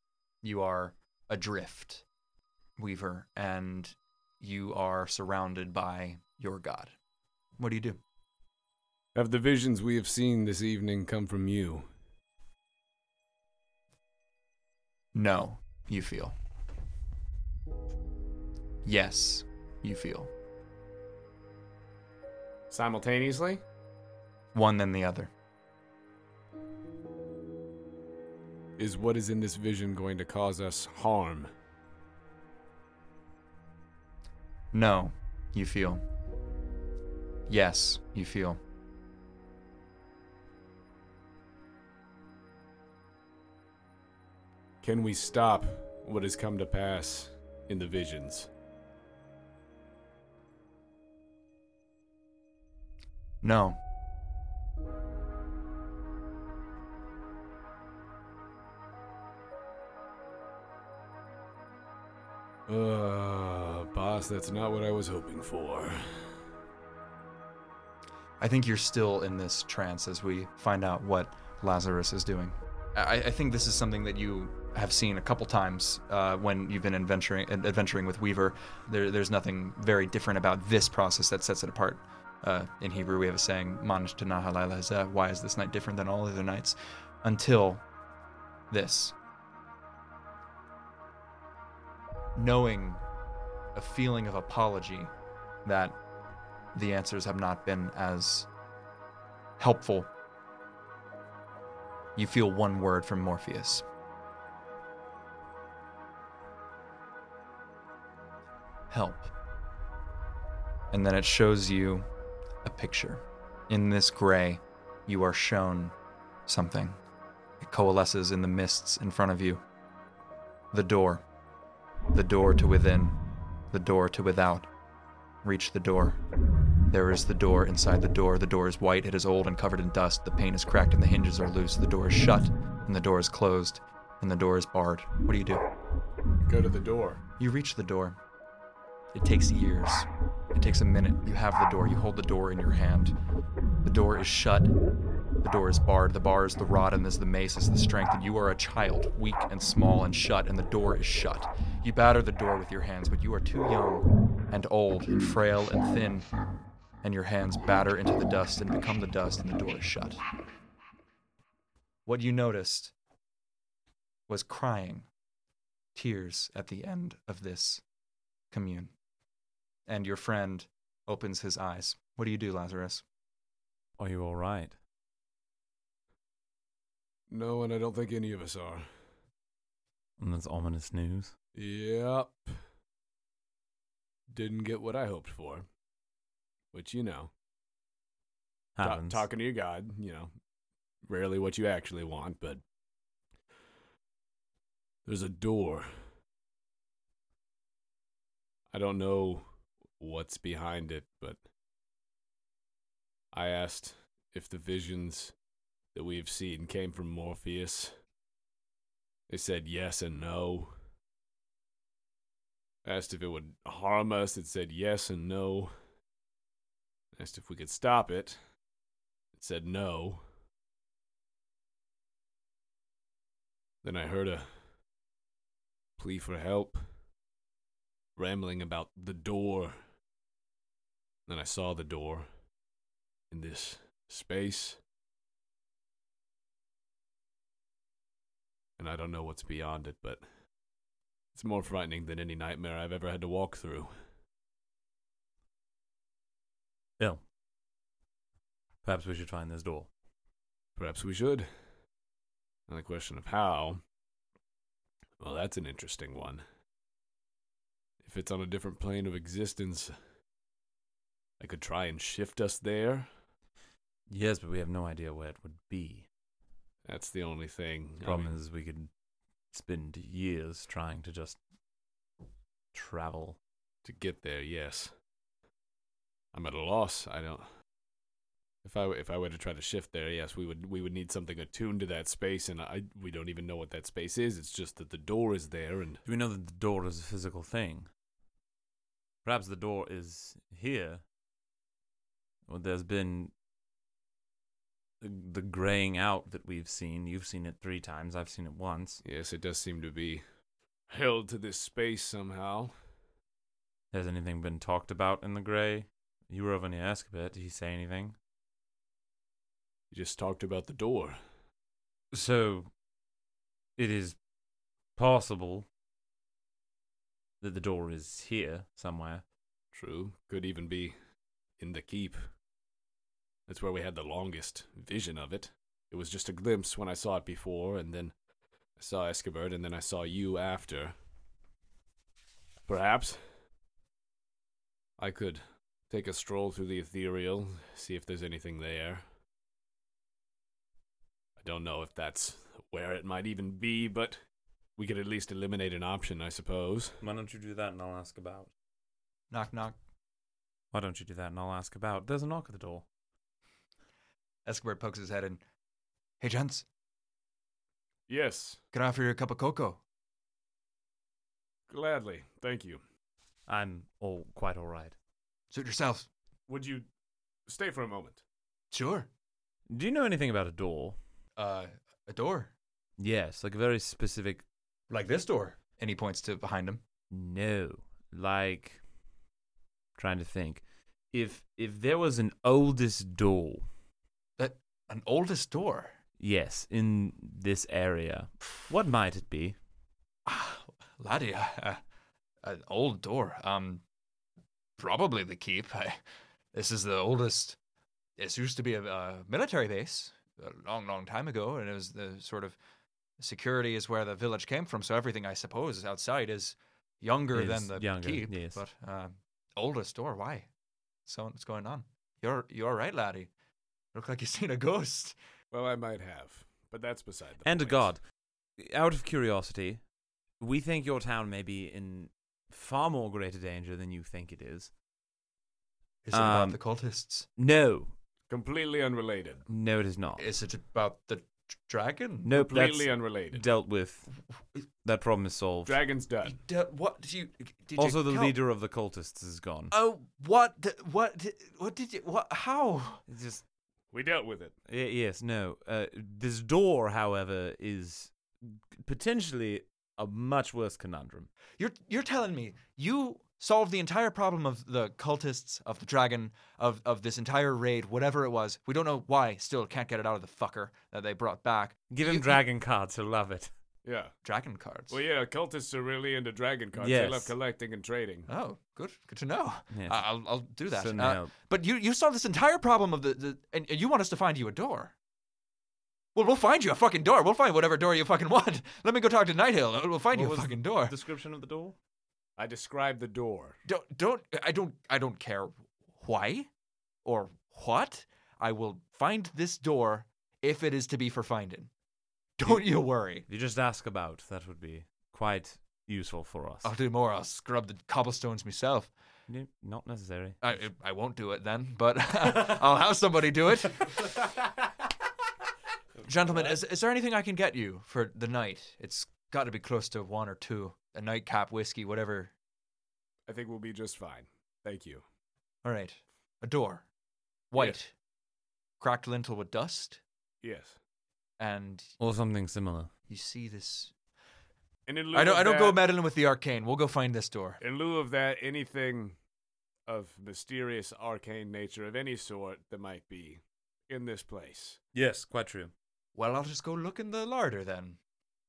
Speaker 3: You are adrift, Weaver, and you are surrounded by your God. What do you do?
Speaker 1: Have the visions we have seen this evening come from you?
Speaker 3: No, you feel. Yes, you feel.
Speaker 2: Simultaneously?
Speaker 3: One then the other.
Speaker 1: Is what is in this vision going to cause us harm?
Speaker 3: No, you feel. Yes, you feel.
Speaker 1: Can we stop what has come to pass in the visions?
Speaker 3: No.
Speaker 1: Uh, Bob.
Speaker 2: Boss, that's not what I was hoping for.
Speaker 3: I think you're still in this trance as we find out what Lazarus is doing. I, I think this is something that you have seen a couple times uh, when you've been adventuring ad- adventuring with Weaver. There, there's nothing very different about this process that sets it apart. Uh, in Hebrew, we have a saying, "Manish Tanaha Laila Hazeh." Why is this night different than all other nights? Until this, knowing a feeling of apology that the answers have not been as helpful. You feel one word from Morpheus. Help. And then it shows you a picture. In this gray, you are shown something. It coalesces in the mists in front of you. The door. The door to within. The door to without. Reach the door. There is the door inside the door. The door is white, it is old and covered in dust. The pane is cracked and the hinges are loose. The door is shut and the door is closed and the door is barred. What do you do?
Speaker 2: Go to the door.
Speaker 3: You reach the door. It takes years. It takes a minute. You have the door. You hold the door in your hand. The door is shut. The door is barred. The bar is the rod, and there's the mace is the strength. And you are a child, weak and small and shut, and the door is shut. You batter the door with your hands, but you are too young and old and frail and thin, and your hands batter into the dust and become the dust, and the door is shut. What you noticed was crying, tears at the end of this commune. And your friend opens his eyes. What do you do, Lazarus?
Speaker 1: Are you all right?
Speaker 2: No, and I don't think any of us are.
Speaker 1: And that's ominous news.
Speaker 2: Yep. Didn't get what I hoped for. Which, you know, ta-
Speaker 1: Happens.
Speaker 2: talking to your God, you know, rarely what you actually want, but there's a door. I don't know what's behind it, but I asked if the visions that we've seen came from Morpheus. They said yes and no. Asked if it would harm us. It said yes and no. Asked if we could stop it. It said no. Then I heard a plea for help, rambling about the door. Then I saw the door in this space. And I don't know what's beyond it, but it's more frightening than any nightmare I've ever had to walk through.
Speaker 1: Bill. Perhaps we should find this door.
Speaker 2: Perhaps we should. And the question of how. Well, that's an interesting one. If it's on a different plane of existence, I could try and shift us there.
Speaker 1: Yes, but we have no idea where it would be.
Speaker 2: That's the only thing.
Speaker 1: The
Speaker 2: I
Speaker 1: problem
Speaker 2: mean,
Speaker 1: is we could spend years trying to just travel.
Speaker 2: to get there, yes. I'm at a loss. I don't. If I were- if I were to try to shift there, yes, we would we would need something attuned to that space, and I we don't even know what that space is. It's just that the door is there, and
Speaker 1: Do we know that the door is a physical thing? Perhaps the door is here. Well, there's been the, the graying out that we've seen. You've seen it three times. I've seen it once.
Speaker 2: yes, it does seem to be held to this space somehow.
Speaker 1: Has anything been talked about in the gray? You were over near Escobet. Did he say anything?
Speaker 2: You just talked about the door.
Speaker 1: So, it is possible that the door is here somewhere.
Speaker 2: True. Could even be in the keep. That's where we had the longest vision of it. It was just a glimpse when I saw it before, and then I saw Escobert, and then I saw you after. Perhaps I could take a stroll through the ethereal, see if there's anything there. I don't know if that's where it might even be, but we could at least eliminate an option, I suppose.
Speaker 1: Why don't you do that and I'll ask about?
Speaker 3: Knock, knock.
Speaker 1: Why don't you do that and I'll ask about? There's a knock at the door.
Speaker 3: Escobar pokes his head in. Hey, gents,
Speaker 2: Yes,
Speaker 3: can I offer you a cup of cocoa?
Speaker 2: gladly. Thank you.
Speaker 5: I'm all quite all right.
Speaker 3: Suit yourself.
Speaker 8: Would you stay for a moment?
Speaker 3: Sure.
Speaker 5: Do you know anything about a door?
Speaker 3: Uh, a door.
Speaker 5: Yes, like a very specific
Speaker 3: Like this door. And he points to behind him.
Speaker 5: No, like trying to think. If if there was an oldest door,
Speaker 3: That an oldest door.
Speaker 5: yes, in this area, what might it be?
Speaker 3: Ah, *sighs* laddie, uh, uh, an old door. Um, probably the keep. *laughs* I, this is the oldest. This used to be a, uh military base a long, long time ago, and it was the sort of security is where the village came from. So everything I suppose outside is younger
Speaker 5: Is
Speaker 3: than the
Speaker 5: younger,
Speaker 3: keep.
Speaker 5: yes.
Speaker 3: But uh, oldest door. Why? So what's going on? You're you're right, laddie. Look like you've seen a ghost.
Speaker 2: Well, I might have, but that's beside the
Speaker 5: And a
Speaker 2: point.
Speaker 5: god. Out of curiosity, we think your town may be in far more greater danger than you think it is.
Speaker 3: Is it about
Speaker 5: Um,
Speaker 3: the cultists?
Speaker 5: No,
Speaker 2: Completely unrelated.
Speaker 5: no, it is not.
Speaker 3: Is it about the d- dragon?
Speaker 5: nope, that's
Speaker 2: Completely unrelated.
Speaker 5: dealt with. That problem is solved.
Speaker 2: Dragon's done.
Speaker 3: D- what do you? Did
Speaker 5: also,
Speaker 3: you
Speaker 5: the
Speaker 3: kill-
Speaker 5: leader of the cultists is gone.
Speaker 2: Uh,
Speaker 3: Oh, what? The, what? di- What did you? What? How?
Speaker 5: It's Just
Speaker 2: We dealt with it.
Speaker 5: Y- yes, no. Uh, this door, however, is potentially a much worse conundrum.
Speaker 3: You're you're telling me you solved the entire problem of the cultists of the dragon of of this entire raid, whatever it was. We don't know why. Still can't get it out of the fucker that they brought back.
Speaker 5: Give him
Speaker 2: e-
Speaker 3: You-
Speaker 5: dragon cards, he'll love it.
Speaker 2: Yeah.
Speaker 3: Dragon cards.
Speaker 2: Well, yeah, cultists are really into dragon cards. They
Speaker 5: Yes.
Speaker 2: love collecting and trading.
Speaker 3: Oh, good. Good to know.
Speaker 5: Yes.
Speaker 3: I- I'll I'll do that.
Speaker 5: So
Speaker 3: Uh,
Speaker 5: now-
Speaker 3: but you you solved this entire problem of the, the and, and you want us to find you a door. Well, we'll find you a fucking door. We'll find whatever door you fucking want. *laughs* Let me go talk to Night Hill. We'll find
Speaker 5: What
Speaker 3: you a
Speaker 5: was
Speaker 3: fucking door.
Speaker 5: Description of the door?
Speaker 2: I described the door.
Speaker 3: don't don't I don't I don't care why or what. I will find this door if it is to be for finding. Don't you worry.
Speaker 5: If you just ask about, that would be quite useful for us.
Speaker 3: I'll do more. I'll scrub the cobblestones myself.
Speaker 5: No, not necessary.
Speaker 3: I I won't do it then, *laughs* but I'll have somebody do *laughs* it. Gentlemen, is is there anything I can get you for the night? It's got to be close to one or two. A nightcap, whiskey, whatever.
Speaker 2: I think we'll be just fine. Thank you.
Speaker 3: All right. A door. White. Cracked lintel with dust.
Speaker 2: Yes.
Speaker 3: And
Speaker 5: Or something similar.
Speaker 3: you see this.
Speaker 2: And in lieu
Speaker 3: I don't.
Speaker 2: of
Speaker 3: I don't go
Speaker 2: that-
Speaker 3: meddling with the arcane. We'll go find this door.
Speaker 2: In lieu of that, anything of mysterious, arcane nature of any sort that might be in this place.
Speaker 5: Yes, quite true.
Speaker 3: Well, I'll just go look in the larder then.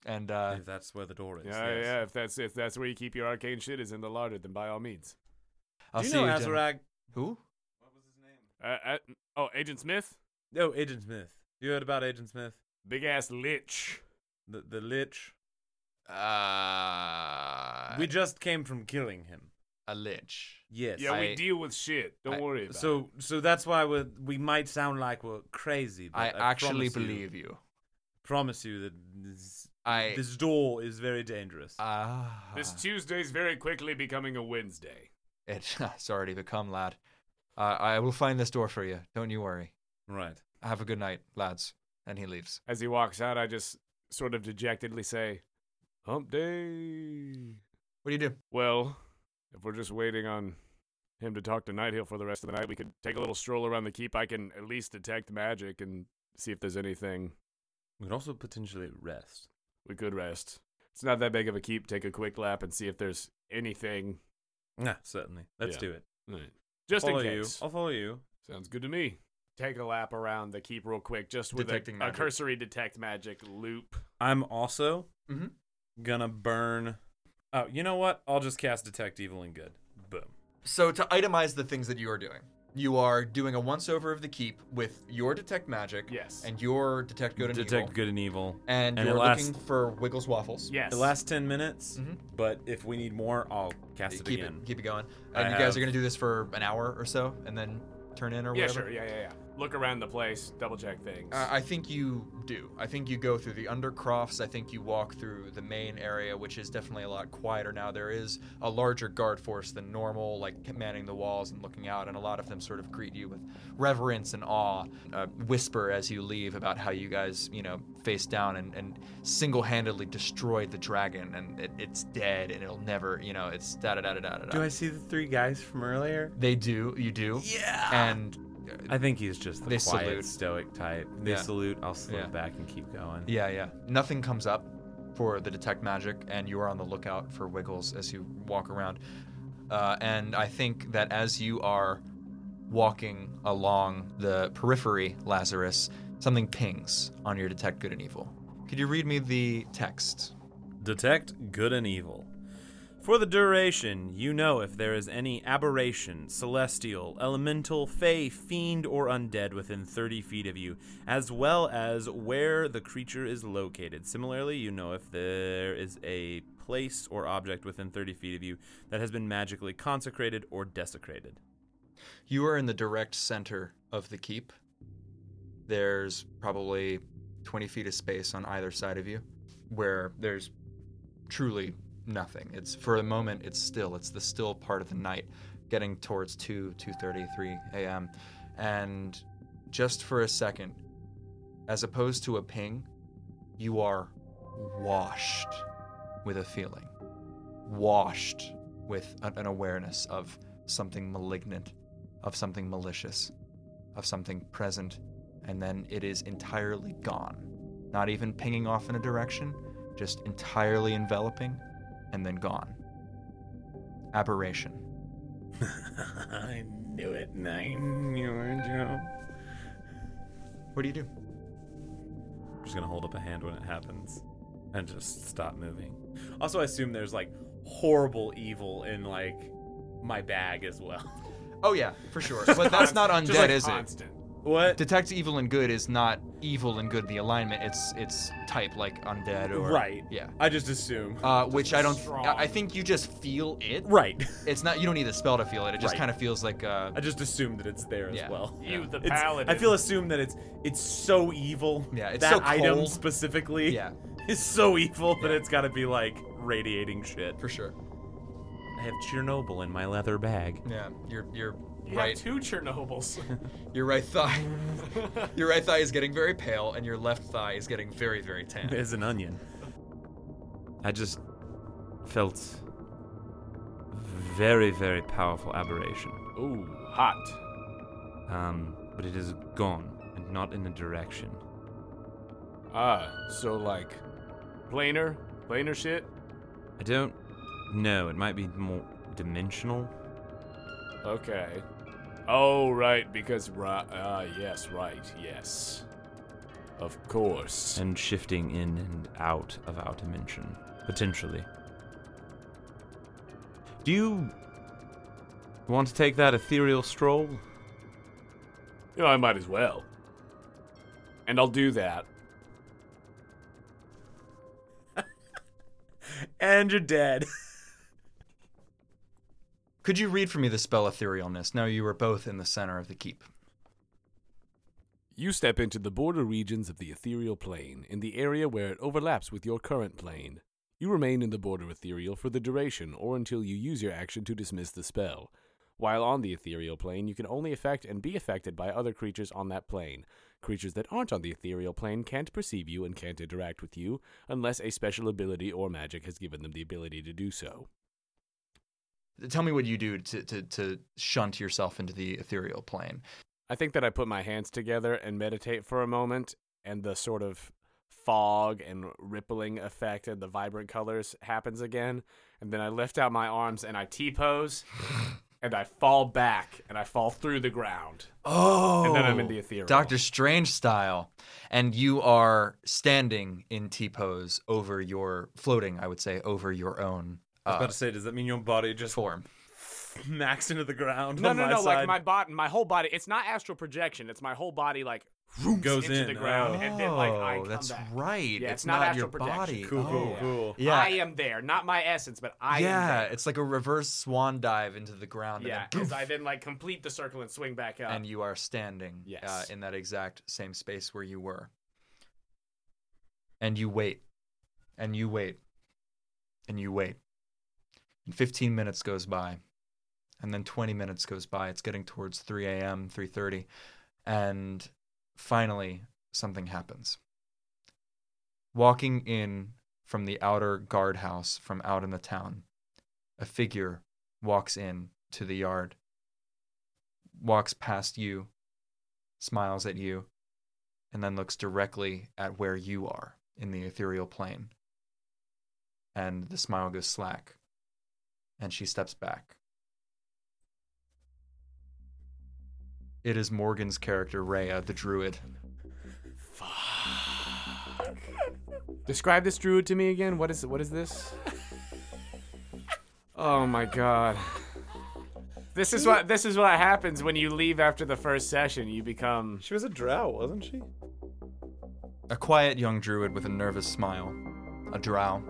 Speaker 3: And uh,
Speaker 5: if that's where the door is.
Speaker 2: yeah, yeah. If that's if that's where you keep your arcane shit is in the larder, then by all means.
Speaker 3: I'll
Speaker 5: Do you
Speaker 3: see
Speaker 5: know
Speaker 3: you. gentlemen.
Speaker 5: Azarag?
Speaker 3: Who?
Speaker 2: Uh, uh, oh, Agent Smith,
Speaker 5: No, Agent Smith. You heard about Agent Smith?
Speaker 2: big ass lich.
Speaker 5: The, the Lich?
Speaker 3: Uh,
Speaker 5: we just came from killing him.
Speaker 3: a lich.
Speaker 5: Yes.
Speaker 2: yeah, we
Speaker 3: I-
Speaker 2: deal with shit. Don't
Speaker 3: I-
Speaker 2: worry about it.
Speaker 5: So, so that's why we we might sound like we're crazy. But I,
Speaker 3: I, actually
Speaker 5: promise you-
Speaker 3: believe you.
Speaker 5: promise you that this,
Speaker 3: I.
Speaker 5: this door is very dangerous.
Speaker 3: Ah. *sighs*
Speaker 2: This Tuesday's very quickly becoming a Wednesday.
Speaker 3: *laughs* It, *laughs* it's already become, lad. Uh, I will find this door for you. Don't you worry.
Speaker 5: right.
Speaker 3: Have a good night, lads. And he leaves.
Speaker 2: As he walks out, I just sort of dejectedly say, "Hump day."
Speaker 3: What do you do?
Speaker 2: Well, if we're just waiting on him to talk to Night Hill for the rest of the night, we could take a little stroll around the keep. I can at least detect magic and see if there's anything
Speaker 5: We could also potentially rest.
Speaker 2: we could rest. It's not that big of a keep. Take a quick lap and see if there's anything.
Speaker 5: Yeah, certainly. Let's
Speaker 2: Yeah.
Speaker 5: do it.
Speaker 2: Just
Speaker 5: follow
Speaker 2: in case.
Speaker 5: you. I'll follow you.
Speaker 2: Sounds good to me. Take a lap around the keep real quick, just with a-
Speaker 3: Detecting
Speaker 2: a,
Speaker 3: magic.
Speaker 2: cursory detect magic loop.
Speaker 5: I'm also
Speaker 3: Mm-hmm.
Speaker 5: gonna burn. Oh, you know what? I'll just cast detect evil and good. Boom.
Speaker 3: So to itemize the things that you are doing, you are doing a once over of the keep with your detect magic,
Speaker 2: Yes.
Speaker 3: and your detect good and
Speaker 5: detect
Speaker 3: evil,
Speaker 5: good and evil.
Speaker 3: and,
Speaker 5: and it
Speaker 3: you're
Speaker 5: lasts-
Speaker 3: looking for Wiggles waffles.
Speaker 2: Yes.
Speaker 5: The last ten minutes.
Speaker 3: Mhm.
Speaker 5: But if we need more, I'll cast it
Speaker 3: keep
Speaker 5: again.
Speaker 3: it keep it going.
Speaker 5: I
Speaker 3: And you guys
Speaker 5: have-
Speaker 3: are gonna do this for an hour or so, and then turn in or
Speaker 2: yeah,
Speaker 3: whatever.
Speaker 2: sure. Yeah, yeah, yeah. look around the place, double check things.
Speaker 3: Uh, I think you do. I think you go through the undercrofts. I think you walk through the main area, which is definitely a lot quieter now. There is a larger guard force than normal, like manning the walls and looking out, and a lot of them sort of greet you with reverence and awe. Uh, whisper as you leave about how you guys, you know, faced down and, and single-handedly destroyed the dragon, and it, it's dead, and it'll never, you know, it's da da da da da da.
Speaker 5: Do I see the three guys from earlier?
Speaker 3: They do. You do. Yeah. And
Speaker 5: I think he's just the
Speaker 3: They
Speaker 5: quiet,
Speaker 3: salute.
Speaker 5: stoic type. They
Speaker 3: Yeah.
Speaker 5: salute. I'll slip
Speaker 3: Yeah.
Speaker 5: back and keep going.
Speaker 3: Yeah, yeah. Nothing comes up for the detect magic, and you are on the lookout for wiggles as you walk around. Uh, and I think that as you are walking along the periphery, Lazarus, something pings on your detect good and evil. Could you read me the text?
Speaker 5: Detect good and evil. For the duration, you know if there is any aberration, celestial, elemental, fey, fiend, or undead within 30 feet of you, as well as where the creature is located. Similarly, you know if there is a place or object within 30 feet of you that has been magically consecrated or desecrated.
Speaker 3: You are in the direct center of the keep. There's probably 20 feet of space on either side of you where there's truly nothing. It's for a moment it's still. It's the still part of the night getting towards 2 2:30 3 a.m. and just for a second as opposed to a ping, you are washed with a feeling. Washed with a- an awareness of something malignant of something malicious, of something present, and then it is entirely gone. Not even pinging off in a direction, just entirely enveloping and then gone. Aberration.
Speaker 5: *laughs* I knew it, and I knew it, Joe.
Speaker 3: What do you do?
Speaker 5: I'm just gonna hold up a hand when it happens and just stop moving. Also, I assume there's like horrible evil in like my bag as well. *laughs*
Speaker 3: Oh, yeah, for sure. *laughs* But that's not undead,
Speaker 2: Just like
Speaker 3: is it?
Speaker 2: constant.
Speaker 5: What?
Speaker 3: Detect evil and good is not evil and good, the alignment. It's it's type like undead or.
Speaker 5: right.
Speaker 3: Yeah.
Speaker 5: I just assume.
Speaker 3: Uh, which I don't.
Speaker 2: strong.
Speaker 3: I I think you just feel it.
Speaker 5: right. *laughs*
Speaker 3: It's not. You don't need a spell to feel it. It just
Speaker 5: Right.
Speaker 3: kind of feels like.
Speaker 5: *laughs*
Speaker 3: Uh,
Speaker 5: I just assume that it's there
Speaker 3: Yeah.
Speaker 5: as well.
Speaker 2: You, the
Speaker 5: It's-
Speaker 2: paladin.
Speaker 5: I feel assumed that it's it's so evil.
Speaker 3: Yeah, it's
Speaker 5: that
Speaker 3: so
Speaker 5: item
Speaker 3: cold.
Speaker 5: specifically
Speaker 3: Yeah.
Speaker 5: *laughs* is so evil that it's got to be like radiating shit.
Speaker 3: for sure.
Speaker 5: I have Chernobyl in my leather bag.
Speaker 3: Yeah. You're you're
Speaker 2: you have
Speaker 3: right.
Speaker 2: two Chernobyls.
Speaker 3: *laughs* Your right
Speaker 7: *laughs*
Speaker 3: thigh, your right thigh is getting very pale, and your left thigh is getting very, very tan.
Speaker 5: Is an onion. I just felt very, very powerful aberration.
Speaker 2: Ooh, hot.
Speaker 5: Um, but it is gone and not in a direction.
Speaker 7: Ah, so like
Speaker 2: Planar, planar shit.
Speaker 5: I don't know. It might be more dimensional.
Speaker 7: okay. Oh right, because right. Ah yes, right. Yes. Of course.
Speaker 5: and shifting in and out of our dimension, potentially. Do you want to take that ethereal stroll?
Speaker 7: You know, I might as well. And I'll do that.
Speaker 5: And you're dead.
Speaker 3: Could you read for me the spell etherealness? Now you were both in the center of the keep.
Speaker 7: You step into the border regions of the ethereal plane, in the area where it overlaps with your current plane. You remain in the border ethereal for the duration or until you use your action to dismiss the spell. While on the ethereal plane, you can only affect and be affected by other creatures on that plane. Creatures that aren't on the ethereal plane can't perceive you and can't interact with you unless a special ability or magic has given them the ability to do so.
Speaker 3: Tell me what you do to, to, to shunt yourself into the ethereal plane.
Speaker 7: I think that I put my hands together and meditate for a moment, and the sort of fog and rippling effect and the vibrant colors happens again. And then I lift out my arms and I
Speaker 3: *laughs*
Speaker 7: T pose, and I fall back and I fall through the ground.
Speaker 3: Oh,
Speaker 7: And then I'm in the ethereal.
Speaker 3: Doctor Strange style, and you are standing in T pose over your floating. I would say over your own uh,
Speaker 5: say, does that mean your body just
Speaker 3: form.
Speaker 5: *laughs* smacks into the ground?
Speaker 2: No, no, no. Like my body, my whole body. It's not astral projection. It's my whole body, like
Speaker 5: goes
Speaker 2: into
Speaker 5: in.
Speaker 2: the ground, and then like I
Speaker 3: Oh,
Speaker 2: come
Speaker 3: that's
Speaker 2: back.
Speaker 3: right.
Speaker 2: Yeah,
Speaker 3: it's,
Speaker 2: it's not
Speaker 3: not,
Speaker 2: astral
Speaker 3: your
Speaker 2: projection.
Speaker 3: body.
Speaker 4: Cool, cool,
Speaker 3: Oh.
Speaker 4: cool.
Speaker 3: Yeah.
Speaker 2: I am there, not my essence, but I
Speaker 3: yeah,
Speaker 2: am there.
Speaker 3: it's like a reverse swan dive into the ground.
Speaker 2: Yeah,
Speaker 3: and then
Speaker 2: because
Speaker 3: poof,
Speaker 2: I uh, then like complete the circle and swing back up.
Speaker 3: and you are standing uh,
Speaker 2: Yes.
Speaker 3: in that exact same space where you were. And you wait, and you wait, and you wait. And 15 minutes goes by, and then 20 minutes goes by. It's getting towards 3 a.m., 3:30, and finally something happens. Walking in from the outer guardhouse from out in the town, a figure walks in to the yard walks past you, smiles at you, and then looks directly at where you are in the ethereal plane. And the smile goes slack, and she steps back. It is Morgan's character, Rhea, the druid.
Speaker 2: Describe this druid to me again. What is what is this? Oh my god. This is what this is what happens when you leave after the first session. You become
Speaker 4: She was a drow, wasn't she?
Speaker 3: A quiet young druid with a nervous smile, a drow,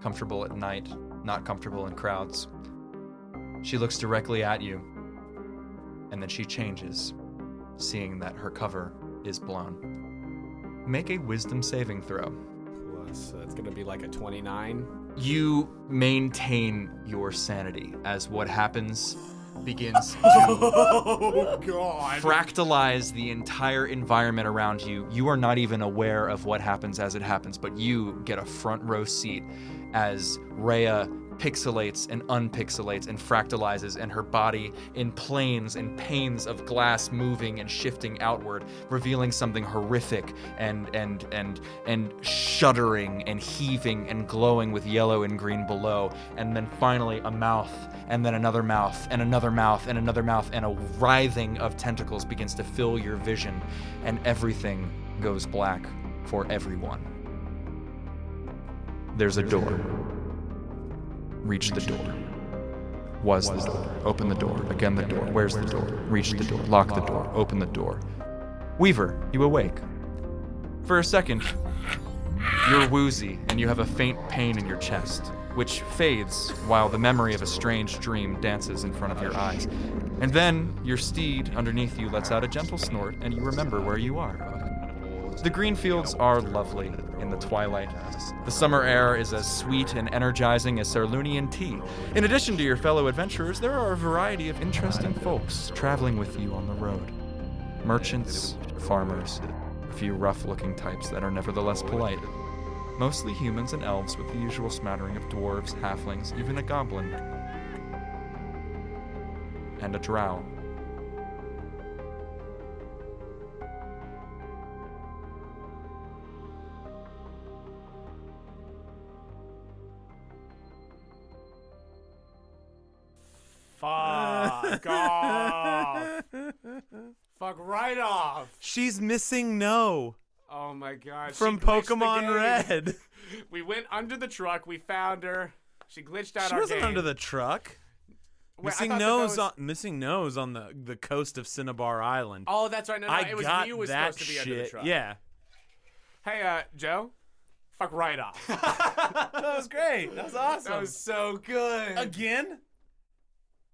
Speaker 3: comfortable at night, not comfortable in crowds. She looks directly at you, and then she changes, seeing that her cover is blown. Make a wisdom saving throw.
Speaker 2: plus. So it's gonna be like a 29.
Speaker 3: You maintain your sanity as what happens
Speaker 2: *laughs*
Speaker 3: begins to
Speaker 2: Oh god.
Speaker 3: fractalize the entire environment around you. You are not even aware of what happens as it happens, but you get a front row seat as Rhea pixelates and unpixelates and fractalizes, and her body in planes and panes of glass moving and shifting outward, revealing something horrific and and and and shuddering and heaving and glowing with yellow and green below, and then finally a mouth, and then another mouth, and another mouth, and another mouth, and a writhing of tentacles begins to fill your vision, and everything goes black for everyone. There's a door. Reach the door. Was the door. Open the door. Again, the door. Where's the door? Reach the door. Lock the door. Open the door. Weaver, you awake. For a second, you're woozy and you have a faint pain in your chest, which fades while the memory of a strange dream dances in front of your eyes. And then your steed underneath you lets out a gentle snort and you remember where you are. The green fields are lovely in the twilight. The summer air is as sweet and energizing as Cerlunian tea. In addition to your fellow adventurers, there are a variety of interesting folks traveling with you on the road merchants, farmers, a few rough looking types that are nevertheless polite. Mostly humans and elves with the usual smattering of dwarves, halflings, even a goblin. And a drow.
Speaker 2: Fuck off. Ah, Fuck right off.
Speaker 5: She's missing no
Speaker 2: Oh my god. she
Speaker 5: from
Speaker 2: glitched the
Speaker 5: Pokemon
Speaker 2: game.
Speaker 5: Red.
Speaker 2: We went under the truck. We found her. She glitched out
Speaker 5: She
Speaker 2: our
Speaker 5: wasn't
Speaker 2: game.
Speaker 5: under the truck.
Speaker 2: Wait, I
Speaker 5: missing
Speaker 2: thought that
Speaker 5: nose
Speaker 2: was-
Speaker 5: on missing nose on the the coast of Cinnabar Island.
Speaker 2: Oh, that's right. No, no,
Speaker 5: I
Speaker 2: it was
Speaker 5: got
Speaker 2: you was
Speaker 5: that
Speaker 2: supposed to be
Speaker 5: shit.
Speaker 2: under the truck.
Speaker 5: Yeah,
Speaker 2: Hey, uh, Joe. Fuck right
Speaker 5: *laughs*
Speaker 2: off.
Speaker 5: that was great. That was awesome.
Speaker 2: That was so good.
Speaker 5: Again,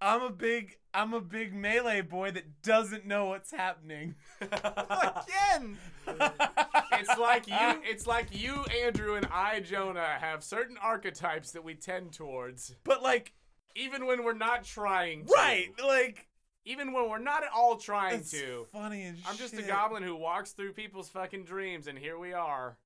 Speaker 5: I'm a big I'm a big melee boy that doesn't know what's happening. *laughs* Again.
Speaker 2: it's like you
Speaker 5: *laughs*
Speaker 2: it's like you andrew and i jonah have certain archetypes that we tend towards
Speaker 5: But like
Speaker 2: even when we're not trying to.
Speaker 5: right, like
Speaker 2: even when we're not at all trying
Speaker 5: that's
Speaker 2: to
Speaker 5: funny as
Speaker 2: i'm just
Speaker 5: shit.
Speaker 2: a goblin who walks through people's fucking dreams and here we are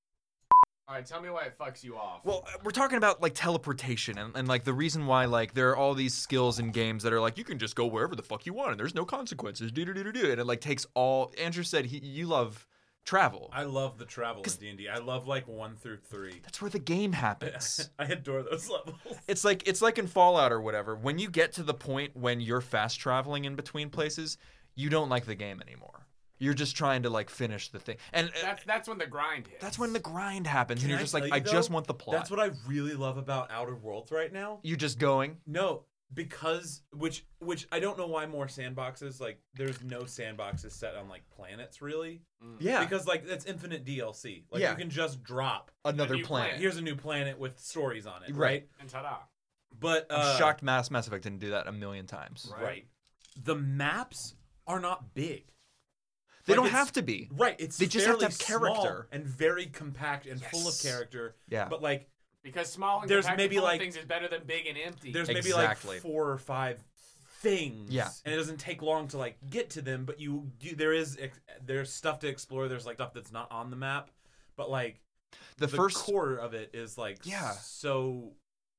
Speaker 2: all right tell me why it fucks you off
Speaker 3: Well, uh, we're talking about like teleportation and, and like the reason why like there are all these skills in games that are like you can just go wherever the fuck you want and there's no consequences. Do do do do do and it like takes all Andrew said he, you love travel.
Speaker 4: I love the travel in D&D. I love like 1 through 3.
Speaker 3: That's where the game happens.
Speaker 4: I adore those levels.
Speaker 3: it's like it's like in Fallout or whatever. When you get to the point when you're fast traveling in between places, you don't like the game anymore. You're just trying to like finish the thing, and uh,
Speaker 2: that's that's when the grind hits
Speaker 3: that's when the grind happens,
Speaker 4: Can
Speaker 3: and you're
Speaker 4: I
Speaker 3: just
Speaker 4: tell
Speaker 3: like,
Speaker 4: you,
Speaker 3: I just
Speaker 4: though?
Speaker 3: want the plot.
Speaker 4: That's what I really love about Outer Worlds right now.
Speaker 3: you're just going.
Speaker 4: No,
Speaker 5: because which which I don't know why more sandboxes like there's no sandboxes set on like planets really
Speaker 3: Yeah.
Speaker 5: because like that's infinite DLC like
Speaker 3: Yeah.
Speaker 5: you can just drop
Speaker 3: Another
Speaker 2: new
Speaker 3: planet.
Speaker 5: here's a new planet with stories on it right,
Speaker 3: Right.
Speaker 2: And ta-da.
Speaker 5: but uh,
Speaker 3: I'm shocked Mass Mass Effect didn't do that a million times.
Speaker 5: right. the maps are not big
Speaker 3: They
Speaker 5: Like,
Speaker 3: don't
Speaker 5: it's-
Speaker 3: have to be.
Speaker 5: right it's
Speaker 3: They just have to
Speaker 5: fairly
Speaker 3: have character.
Speaker 5: small and very compact and full of character
Speaker 3: Yeah.
Speaker 5: but like
Speaker 2: Because small and
Speaker 5: There's
Speaker 2: compact
Speaker 5: maybe,
Speaker 2: full of
Speaker 5: like-
Speaker 2: things is better than big and empty.
Speaker 5: there's
Speaker 3: Exactly.
Speaker 5: maybe like four or five things
Speaker 3: Yeah.
Speaker 5: and it doesn't take long to like get to them but you do there is ex- there's stuff to explore there's like stuff that's not on the map but like
Speaker 3: The, first
Speaker 5: core of it is like
Speaker 3: Yeah.
Speaker 5: so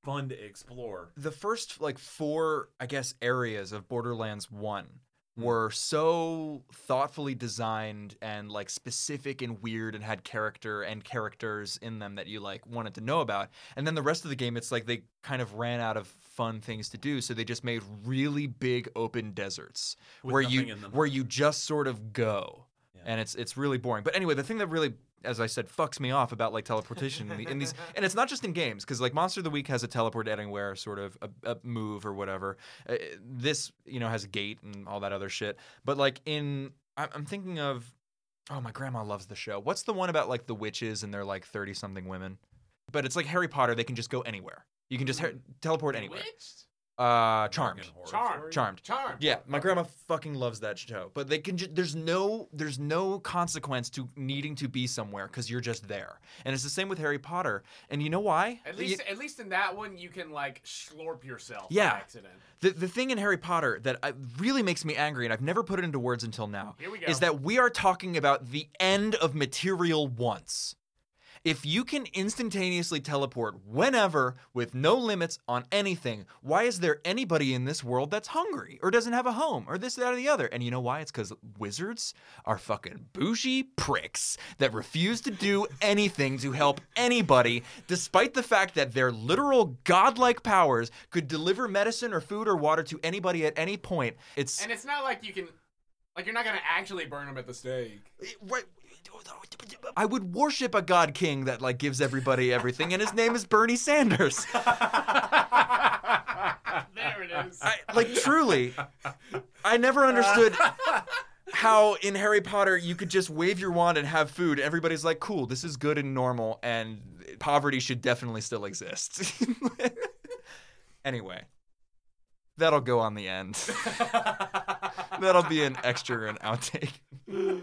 Speaker 5: fun to explore
Speaker 3: the first like four, I guess, areas of Borderlands One were so thoughtfully designed and like specific and weird and had character and characters in them that you like wanted to know about. And then the rest of the game it's like they kind of ran out of fun things to do, so they just made really big open deserts
Speaker 5: With
Speaker 3: where
Speaker 5: nothing
Speaker 3: you
Speaker 5: in them.
Speaker 3: where you just sort of go. And it's it's really boring. But anyway, the thing that really as I said, fucks me off about like teleportation in, the, in these, and it's not just in games because like Monster of the Week has a teleport anywhere sort of a, a move or whatever. Uh, this you know has a gate and all that other shit. But like in, I'm, I'm thinking of, oh my grandma loves the show. What's the one about like the witches and they're like thirty something women? But it's like Harry Potter. They can just go anywhere. You can just her- teleport anywhere. Uh, charmed.
Speaker 2: Charmed.
Speaker 3: Charmed.
Speaker 2: Charmed.
Speaker 3: Yeah, my grandma fucking loves that show. But they can ju- there's no there's no consequence to needing to be somewhere cuz you're just there. And it's the same with Harry Potter. And you know why?
Speaker 2: At
Speaker 3: The-
Speaker 2: least, at least in that one, you can like slurp yourself.
Speaker 3: Yeah.
Speaker 2: By accident.
Speaker 3: the, the thing in Harry Potter that I, really makes me angry, and I've never put it into words until now,
Speaker 2: Here we go.
Speaker 3: is that we are talking about the end of material once. If you can instantaneously teleport whenever with no limits on anything, why is there anybody in this world that's hungry or doesn't have a home or this, that, or the other? And you know why? It's because wizards are fucking bougie pricks that refuse to do anything to help anybody, despite the fact that their literal godlike powers could deliver medicine or food or water to anybody at any point. It's
Speaker 2: And it's not like you can, like you're not gonna actually burn them at the stake.
Speaker 3: Right. I would worship a god king that like gives everybody everything, and his name is Bernie Sanders.
Speaker 2: There it *laughs*
Speaker 3: *laughs*
Speaker 2: is.
Speaker 3: I, like truly, I never understood how in Harry Potter you could just wave your wand and have food. Everybody's like, "Cool, this is good and normal, and poverty should definitely still exist." *laughs* anyway, *laughs* that'll go on the end. that'll be an extra or an outtake.